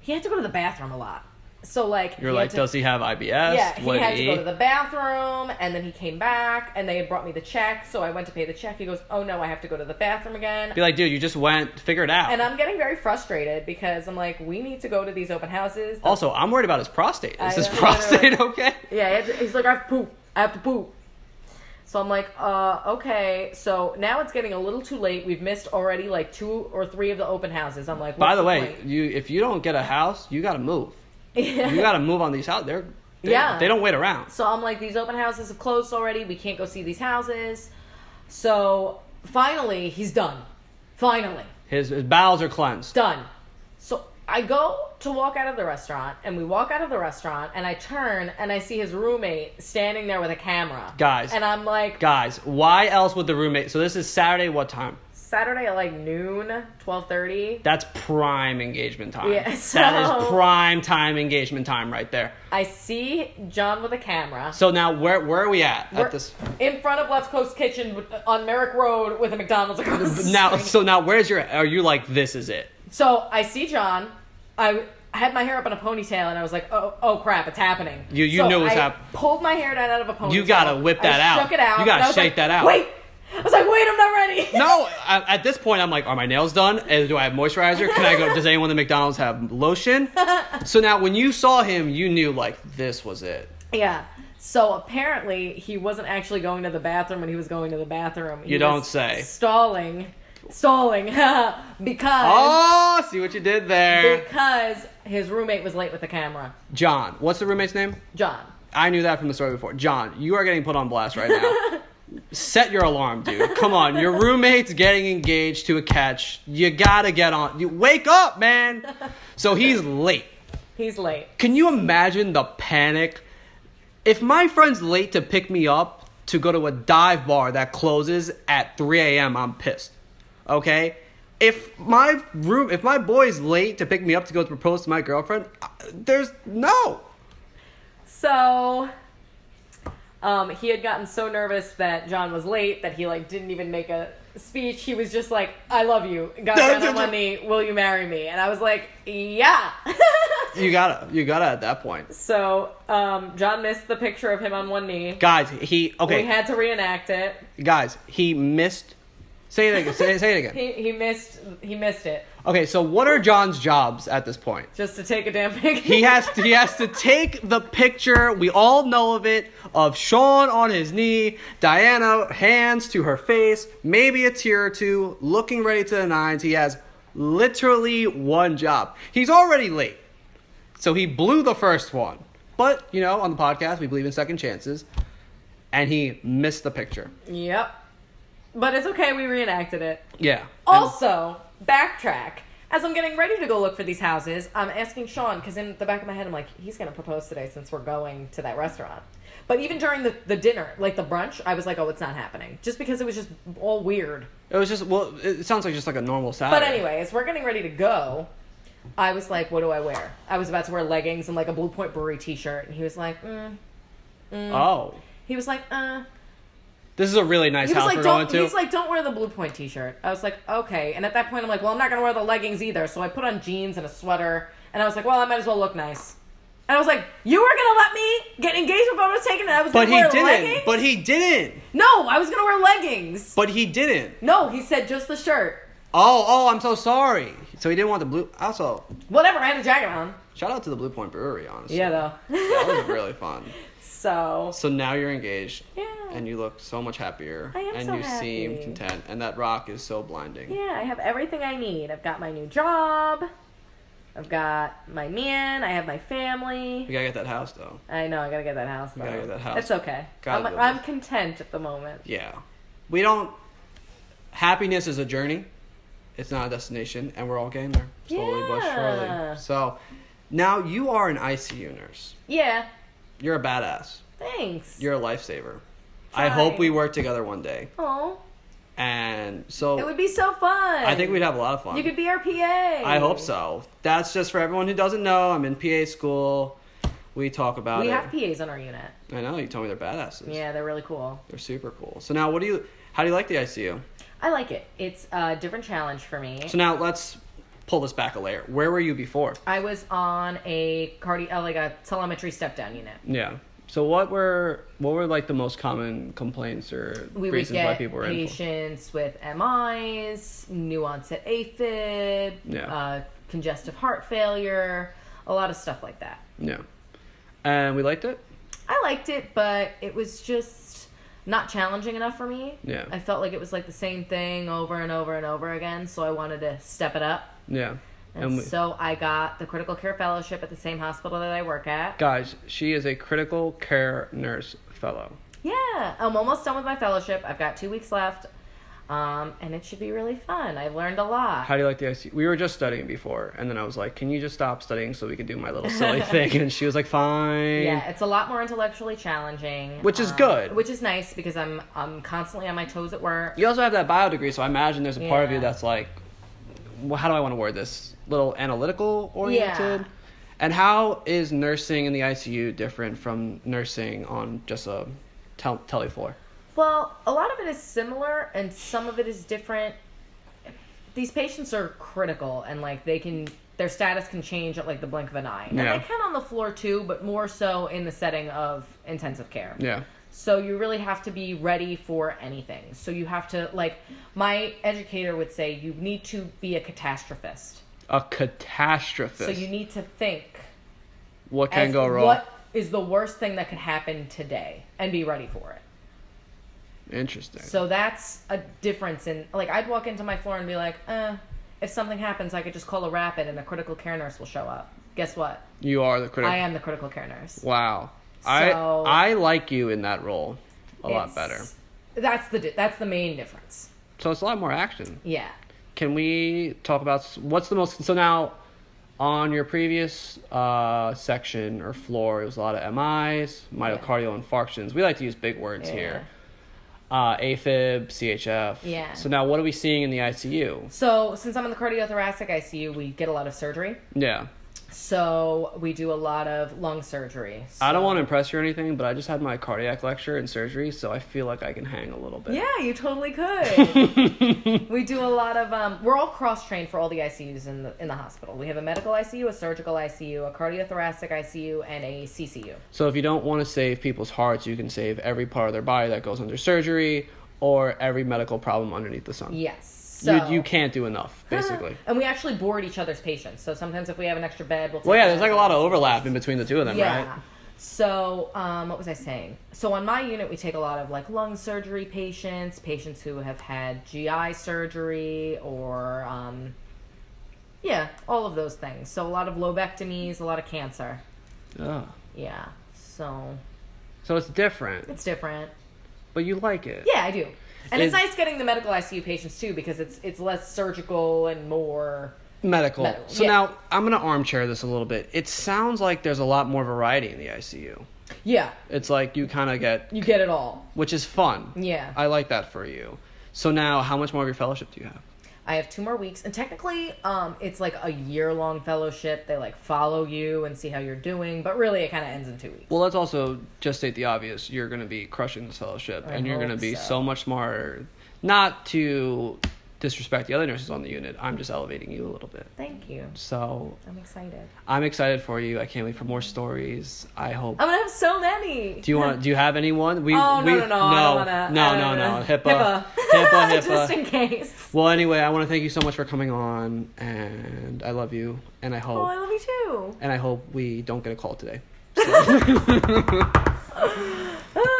Speaker 2: he had to go to the bathroom a lot. So like
Speaker 1: You're
Speaker 2: he
Speaker 1: like,
Speaker 2: had to-
Speaker 1: does he have IBS?
Speaker 2: yeah, he
Speaker 1: What did
Speaker 2: had to
Speaker 1: he
Speaker 2: go
Speaker 1: eat?
Speaker 2: to the bathroom, and then he came back, and they had brought me the check, so I went to pay the check. He goes, "Oh no, I have to go to the bathroom again."
Speaker 1: Be like, dude, you just went, figure it out.
Speaker 2: And I'm getting very frustrated because I'm like, we need to go to these open houses.
Speaker 1: also, I'm worried about his prostate. Is
Speaker 2: I
Speaker 1: his
Speaker 2: literally-
Speaker 1: prostate okay?
Speaker 2: Yeah, I have to- he's like, I have to poop. I have to poop. So I'm like, uh, okay. So now it's getting a little too late. We've missed already like two or three of the open houses. I'm like,
Speaker 1: By
Speaker 2: what's
Speaker 1: the way,
Speaker 2: point?
Speaker 1: you if you don't get a house, you got to move. You got to move on these houses. They're they,
Speaker 2: Yeah.
Speaker 1: they don't wait around.
Speaker 2: So I'm like, these open houses have closed already. We can't go see these houses. So finally, he's done. Finally,
Speaker 1: His, his bowels are cleansed.
Speaker 2: done. So I go to walk out of the restaurant, and we walk out of the restaurant, and I turn and I see his roommate standing there with a camera.
Speaker 1: Guys.
Speaker 2: And I'm like,
Speaker 1: Guys, why else would the roommate? So this is Saturday. What time?
Speaker 2: Saturday at like noon, twelve thirty.
Speaker 1: That's prime engagement time.
Speaker 2: Yeah,
Speaker 1: That is
Speaker 2: so-
Speaker 1: prime time engagement time right there.
Speaker 2: I see John with a camera.
Speaker 1: So now where where are we at
Speaker 2: We're
Speaker 1: at this?
Speaker 2: in front of Left Coast Kitchen with- on Merrick Road with a McDonald's across the
Speaker 1: Now
Speaker 2: street.
Speaker 1: so now where's your? Are you like this is it?
Speaker 2: So I see John. I had my hair up in a ponytail, and I was like, "Oh, oh crap, it's happening."
Speaker 1: You- you
Speaker 2: so
Speaker 1: knew it was
Speaker 2: I
Speaker 1: hap-
Speaker 2: Pulled my hair down out of a ponytail.
Speaker 1: You gotta whip that
Speaker 2: I
Speaker 1: out.
Speaker 2: Shook it out.
Speaker 1: You gotta
Speaker 2: and I was
Speaker 1: shake
Speaker 2: like,
Speaker 1: that out.
Speaker 2: Wait. I was like, "Wait, I'm not ready."
Speaker 1: No, I, at this point, I'm like, are my nails done? And do I have moisturizer? Can I go? Does anyone at McDonald's have lotion? So now, when you saw him, you knew like this was it.
Speaker 2: Yeah. So apparently he wasn't actually going to the bathroom when he was going to the bathroom. He
Speaker 1: You don't
Speaker 2: was
Speaker 1: say.
Speaker 2: Stalling. Stalling. because
Speaker 1: Oh, see what you did there,
Speaker 2: because his roommate was late with the camera.
Speaker 1: John. What's the roommate's name?
Speaker 2: John.
Speaker 1: I knew that from the story before. John, you are getting put on blast right now. Set your alarm, dude. Come on, your roommate's getting engaged to a catch. You gotta get on. You wake up, man. So he's late.
Speaker 2: He's late.
Speaker 1: Can you imagine the panic? If my friend's late to pick me up to go to a dive bar that closes at 3 a.m., I'm pissed. Okay? If my room, if my boy's late to pick me up to go to propose to my girlfriend, I- there's no.
Speaker 2: So um, he had gotten so nervous that John was late that he like didn't even make a speech. He was just like, "I love you." Got down on one knee. Will you marry me? And I was like, "Yeah."
Speaker 1: You gotta, you gotta at that point.
Speaker 2: so um, John missed the picture of him on one knee.
Speaker 1: Guys, he okay.
Speaker 2: We had to reenact it.
Speaker 1: guys, he missed. Say it again. say, say it again.
Speaker 2: He, he missed he missed it
Speaker 1: Okay, so what are John's jobs at this point?
Speaker 2: just to take a damn picture.
Speaker 1: He has to, he has to take the picture. We all know of it of Sean on his knee, Diana hands to her face, maybe a tear or two, looking ready to the nines. He has literally one job. He's already late, so he blew the first one. But you know, on the podcast, we believe in second chances, and he missed the picture.
Speaker 2: Yep. But it's okay. We reenacted it.
Speaker 1: Yeah.
Speaker 2: Also, backtrack. As I'm getting ready to go look for these houses, I'm asking Sean because in the back of my head, I'm like, he's gonna propose today since we're going to that restaurant. But even during the, the dinner, like the brunch, I was like, oh, it's not happening, just because it was just all weird.
Speaker 1: It was just well. It sounds like just like a normal Saturday.
Speaker 2: But anyway, as we're getting ready to go, I was like, what do I wear? I was about to wear leggings and like a Blue Point Brewery T-shirt, and he was like, mm.
Speaker 1: Oh,
Speaker 2: he was like, uh.
Speaker 1: this is a really nice
Speaker 2: He was
Speaker 1: house
Speaker 2: like,
Speaker 1: we're
Speaker 2: don't.
Speaker 1: going
Speaker 2: He
Speaker 1: to.
Speaker 2: was like, don't wear the blue point T-shirt. I was like, okay. And at that point, I'm like, well, I'm not gonna wear the leggings either. So I put on jeans and a sweater, and I was like, well, I might as well look nice. And I was like, you were gonna let me get engagement photos taken, and I was
Speaker 1: but
Speaker 2: gonna
Speaker 1: he
Speaker 2: wear
Speaker 1: didn't.
Speaker 2: leggings.
Speaker 1: But he didn't.
Speaker 2: no, I was gonna wear leggings.
Speaker 1: But he didn't.
Speaker 2: No, he said just the shirt.
Speaker 1: Oh, oh, I'm so sorry. So he didn't want the blue. Also,
Speaker 2: Whatever. I had a jacket on.
Speaker 1: shout out to the Blue Point Brewery. Honestly,
Speaker 2: Yeah, though.
Speaker 1: that was really fun.
Speaker 2: so
Speaker 1: So now you're engaged.
Speaker 2: yeah,
Speaker 1: And you look so much happier,
Speaker 2: I am
Speaker 1: and
Speaker 2: so
Speaker 1: you seem
Speaker 2: happy.
Speaker 1: content, and that rock is so blinding.
Speaker 2: yeah, I have everything I need. I've got my new job. I've got my man. I have my family.
Speaker 1: We gotta get that house though.
Speaker 2: I know I gotta get that house. Though.
Speaker 1: gotta get that house.
Speaker 2: It's okay.
Speaker 1: Gotta
Speaker 2: I'm,
Speaker 1: do
Speaker 2: I'm
Speaker 1: this.
Speaker 2: content at the moment.
Speaker 1: Yeah. We don't. Happiness is a journey. It's not a destination, and we're all getting there slowly but
Speaker 2: Yeah.
Speaker 1: surely. So, now you are an ICU nurse.
Speaker 2: Yeah.
Speaker 1: You're a badass.
Speaker 2: Thanks.
Speaker 1: You're a lifesaver. I hope we work together one day.
Speaker 2: Oh,
Speaker 1: And so,
Speaker 2: it would be so fun.
Speaker 1: I think we'd have a lot of fun.
Speaker 2: You could be our PA.
Speaker 1: I hope so. That's just for everyone who doesn't know. I'm in PA school. We talk about
Speaker 2: We
Speaker 1: it.
Speaker 2: have PAs on our unit.
Speaker 1: I know you told me they're badasses.
Speaker 2: Yeah, they're really cool.
Speaker 1: They're super cool. So now, what do you? How do you like the ICU?
Speaker 2: I like it. It's a different challenge for me.
Speaker 1: So now let's pull this back a layer. Where were you before?
Speaker 2: I was on a cardi uh, like a telemetry step down unit.
Speaker 1: Yeah. So what were what were like the most common complaints or
Speaker 2: We would
Speaker 1: reasons why
Speaker 2: get
Speaker 1: people were in? for-
Speaker 2: patients with MIs, new onset AFib,
Speaker 1: Yeah.
Speaker 2: uh, congestive heart failure, a lot of stuff like that.
Speaker 1: Yeah. And we liked it.
Speaker 2: I liked it, but it was just not challenging enough for me.
Speaker 1: Yeah.
Speaker 2: I felt like it was like the same thing over and over and over again, so I wanted to step it up.
Speaker 1: Yeah.
Speaker 2: And,
Speaker 1: And we,
Speaker 2: so I got the critical care fellowship at the same hospital that I work at.
Speaker 1: guys, she is a critical care nurse fellow.
Speaker 2: Yeah, I'm almost done with my fellowship. I've got two weeks left, um, and it should be really fun. I've learned a lot.
Speaker 1: How do you like the ICU? We were just studying before, and then I was like, "Can you just stop studying so we can do my little silly thing?" And she was like, "Fine."
Speaker 2: yeah, it's a lot more intellectually challenging,
Speaker 1: Which is
Speaker 2: um,
Speaker 1: good.
Speaker 2: Which is nice because I'm I'm constantly on my toes at work.
Speaker 1: You also have that bio degree, so I imagine there's a part of you
Speaker 2: Yeah.
Speaker 1: that's like, well, how do I want to word this? Little analytical oriented. And how is nursing in the ICU different from nursing on just a tel- tele floor?
Speaker 2: Well, a lot of it is similar and some of it is different. These patients are critical and like they can their status can change at like the blink of an eye.
Speaker 1: Yeah.
Speaker 2: And they can on the floor too, but more so in the setting of intensive care.
Speaker 1: Yeah.
Speaker 2: So you really have to be ready for anything. So you have to like my educator would say you need to be a catastrophist.
Speaker 1: A catastrophe.
Speaker 2: So you need to think
Speaker 1: what can
Speaker 2: as
Speaker 1: go wrong?
Speaker 2: what is the worst thing that could happen today and be ready for it.
Speaker 1: Interesting.
Speaker 2: So that's a difference in like I'd walk into my floor and be like, uh, if something happens, I could just call a rapid and a critical care nurse will show up. Guess what?
Speaker 1: you are the critical.
Speaker 2: I am the critical care nurse.
Speaker 1: Wow. I
Speaker 2: So-
Speaker 1: I like you in that role a lot
Speaker 2: It's-
Speaker 1: better.
Speaker 2: That's the di- that's the main difference.
Speaker 1: So it's a lot more action.
Speaker 2: Yeah.
Speaker 1: Can we talk about s- what's the most? So now, on your previous uh, section or floor, it was a lot of MIs, myocardial infarctions. We like to use big words
Speaker 2: Yeah.
Speaker 1: here. Uh, AFib, CHF.
Speaker 2: Yeah.
Speaker 1: So now, what are we seeing in the ICU?
Speaker 2: So since I'm in the cardiothoracic ICU, we get a lot of surgery.
Speaker 1: Yeah.
Speaker 2: So we do a lot of lung surgery.
Speaker 1: I don't want to impress you or anything, but I just had my cardiac lecture and surgery, so I feel like I can hang a little bit.
Speaker 2: Yeah, you totally could. we do a lot of um, we're all cross trained for all the ICUs in the in the hospital. We have a medical ICU, a surgical ICU, a cardiothoracic ICU, and a CCU.
Speaker 1: So if you don't want to save people's hearts, you can save every part of their body that goes under surgery or every medical problem underneath the sun.
Speaker 2: Yes. So
Speaker 1: You, you can't do enough, basically.
Speaker 2: And we actually board each other's patients. So sometimes if we have an extra bed, we'll. Take
Speaker 1: Well, yeah,
Speaker 2: that
Speaker 1: there's like a
Speaker 2: bed.
Speaker 1: lot of overlap in between the two of them,
Speaker 2: Yeah.
Speaker 1: right?
Speaker 2: So, um, what was I saying? So, on my unit, we take a lot of like lung surgery patients, patients who have had GI surgery, or um, yeah, all of those things. So, a lot of lobectomies, a lot of cancer.
Speaker 1: Ugh.
Speaker 2: Yeah. So,
Speaker 1: So it's different,
Speaker 2: it's different.
Speaker 1: but you like it.
Speaker 2: Yeah, I do. And
Speaker 1: Is-
Speaker 2: it's nice getting the medical ICU patients too because it's it's less surgical and more.
Speaker 1: Medical.
Speaker 2: Medical,
Speaker 1: So
Speaker 2: yeah.
Speaker 1: now I'm going to armchair this a little bit. It sounds like there's a lot more variety in the ICU.
Speaker 2: Yeah,
Speaker 1: It's like you kind of get,
Speaker 2: you get it all.
Speaker 1: which is fun.
Speaker 2: Yeah.
Speaker 1: I like that for you. So now, how much more of your fellowship do you have?
Speaker 2: I have two more weeks, and technically, um, it's like a year long fellowship. They like follow you and see how you're doing, but really, it kind of ends in two weeks.
Speaker 1: Well, let's also just state the obvious. You're going to be crushing this fellowship, and you're going to
Speaker 2: hope
Speaker 1: be so.
Speaker 2: so.
Speaker 1: much smarter. Not to disrespect the other nurses on the unit. I'm just elevating you a little bit.
Speaker 2: Thank you.
Speaker 1: So
Speaker 2: I'm excited.
Speaker 1: I'm excited for you. I can't wait for more stories. I hope.
Speaker 2: I'm gonna have so many.
Speaker 1: do you want? Do you have anyone? We.
Speaker 2: Oh
Speaker 1: we,
Speaker 2: no no no! I don't wanna,
Speaker 1: no
Speaker 2: I
Speaker 1: no
Speaker 2: don't
Speaker 1: no
Speaker 2: wanna-
Speaker 1: HIPAA
Speaker 2: HIPAA
Speaker 1: HIPAA
Speaker 2: Just
Speaker 1: HIPAA.
Speaker 2: in case.
Speaker 1: Well, anyway, I want to thank you so much for coming on, and I love you, and I hope,
Speaker 2: Oh, I love you too.
Speaker 1: and I hope we don't get a call today.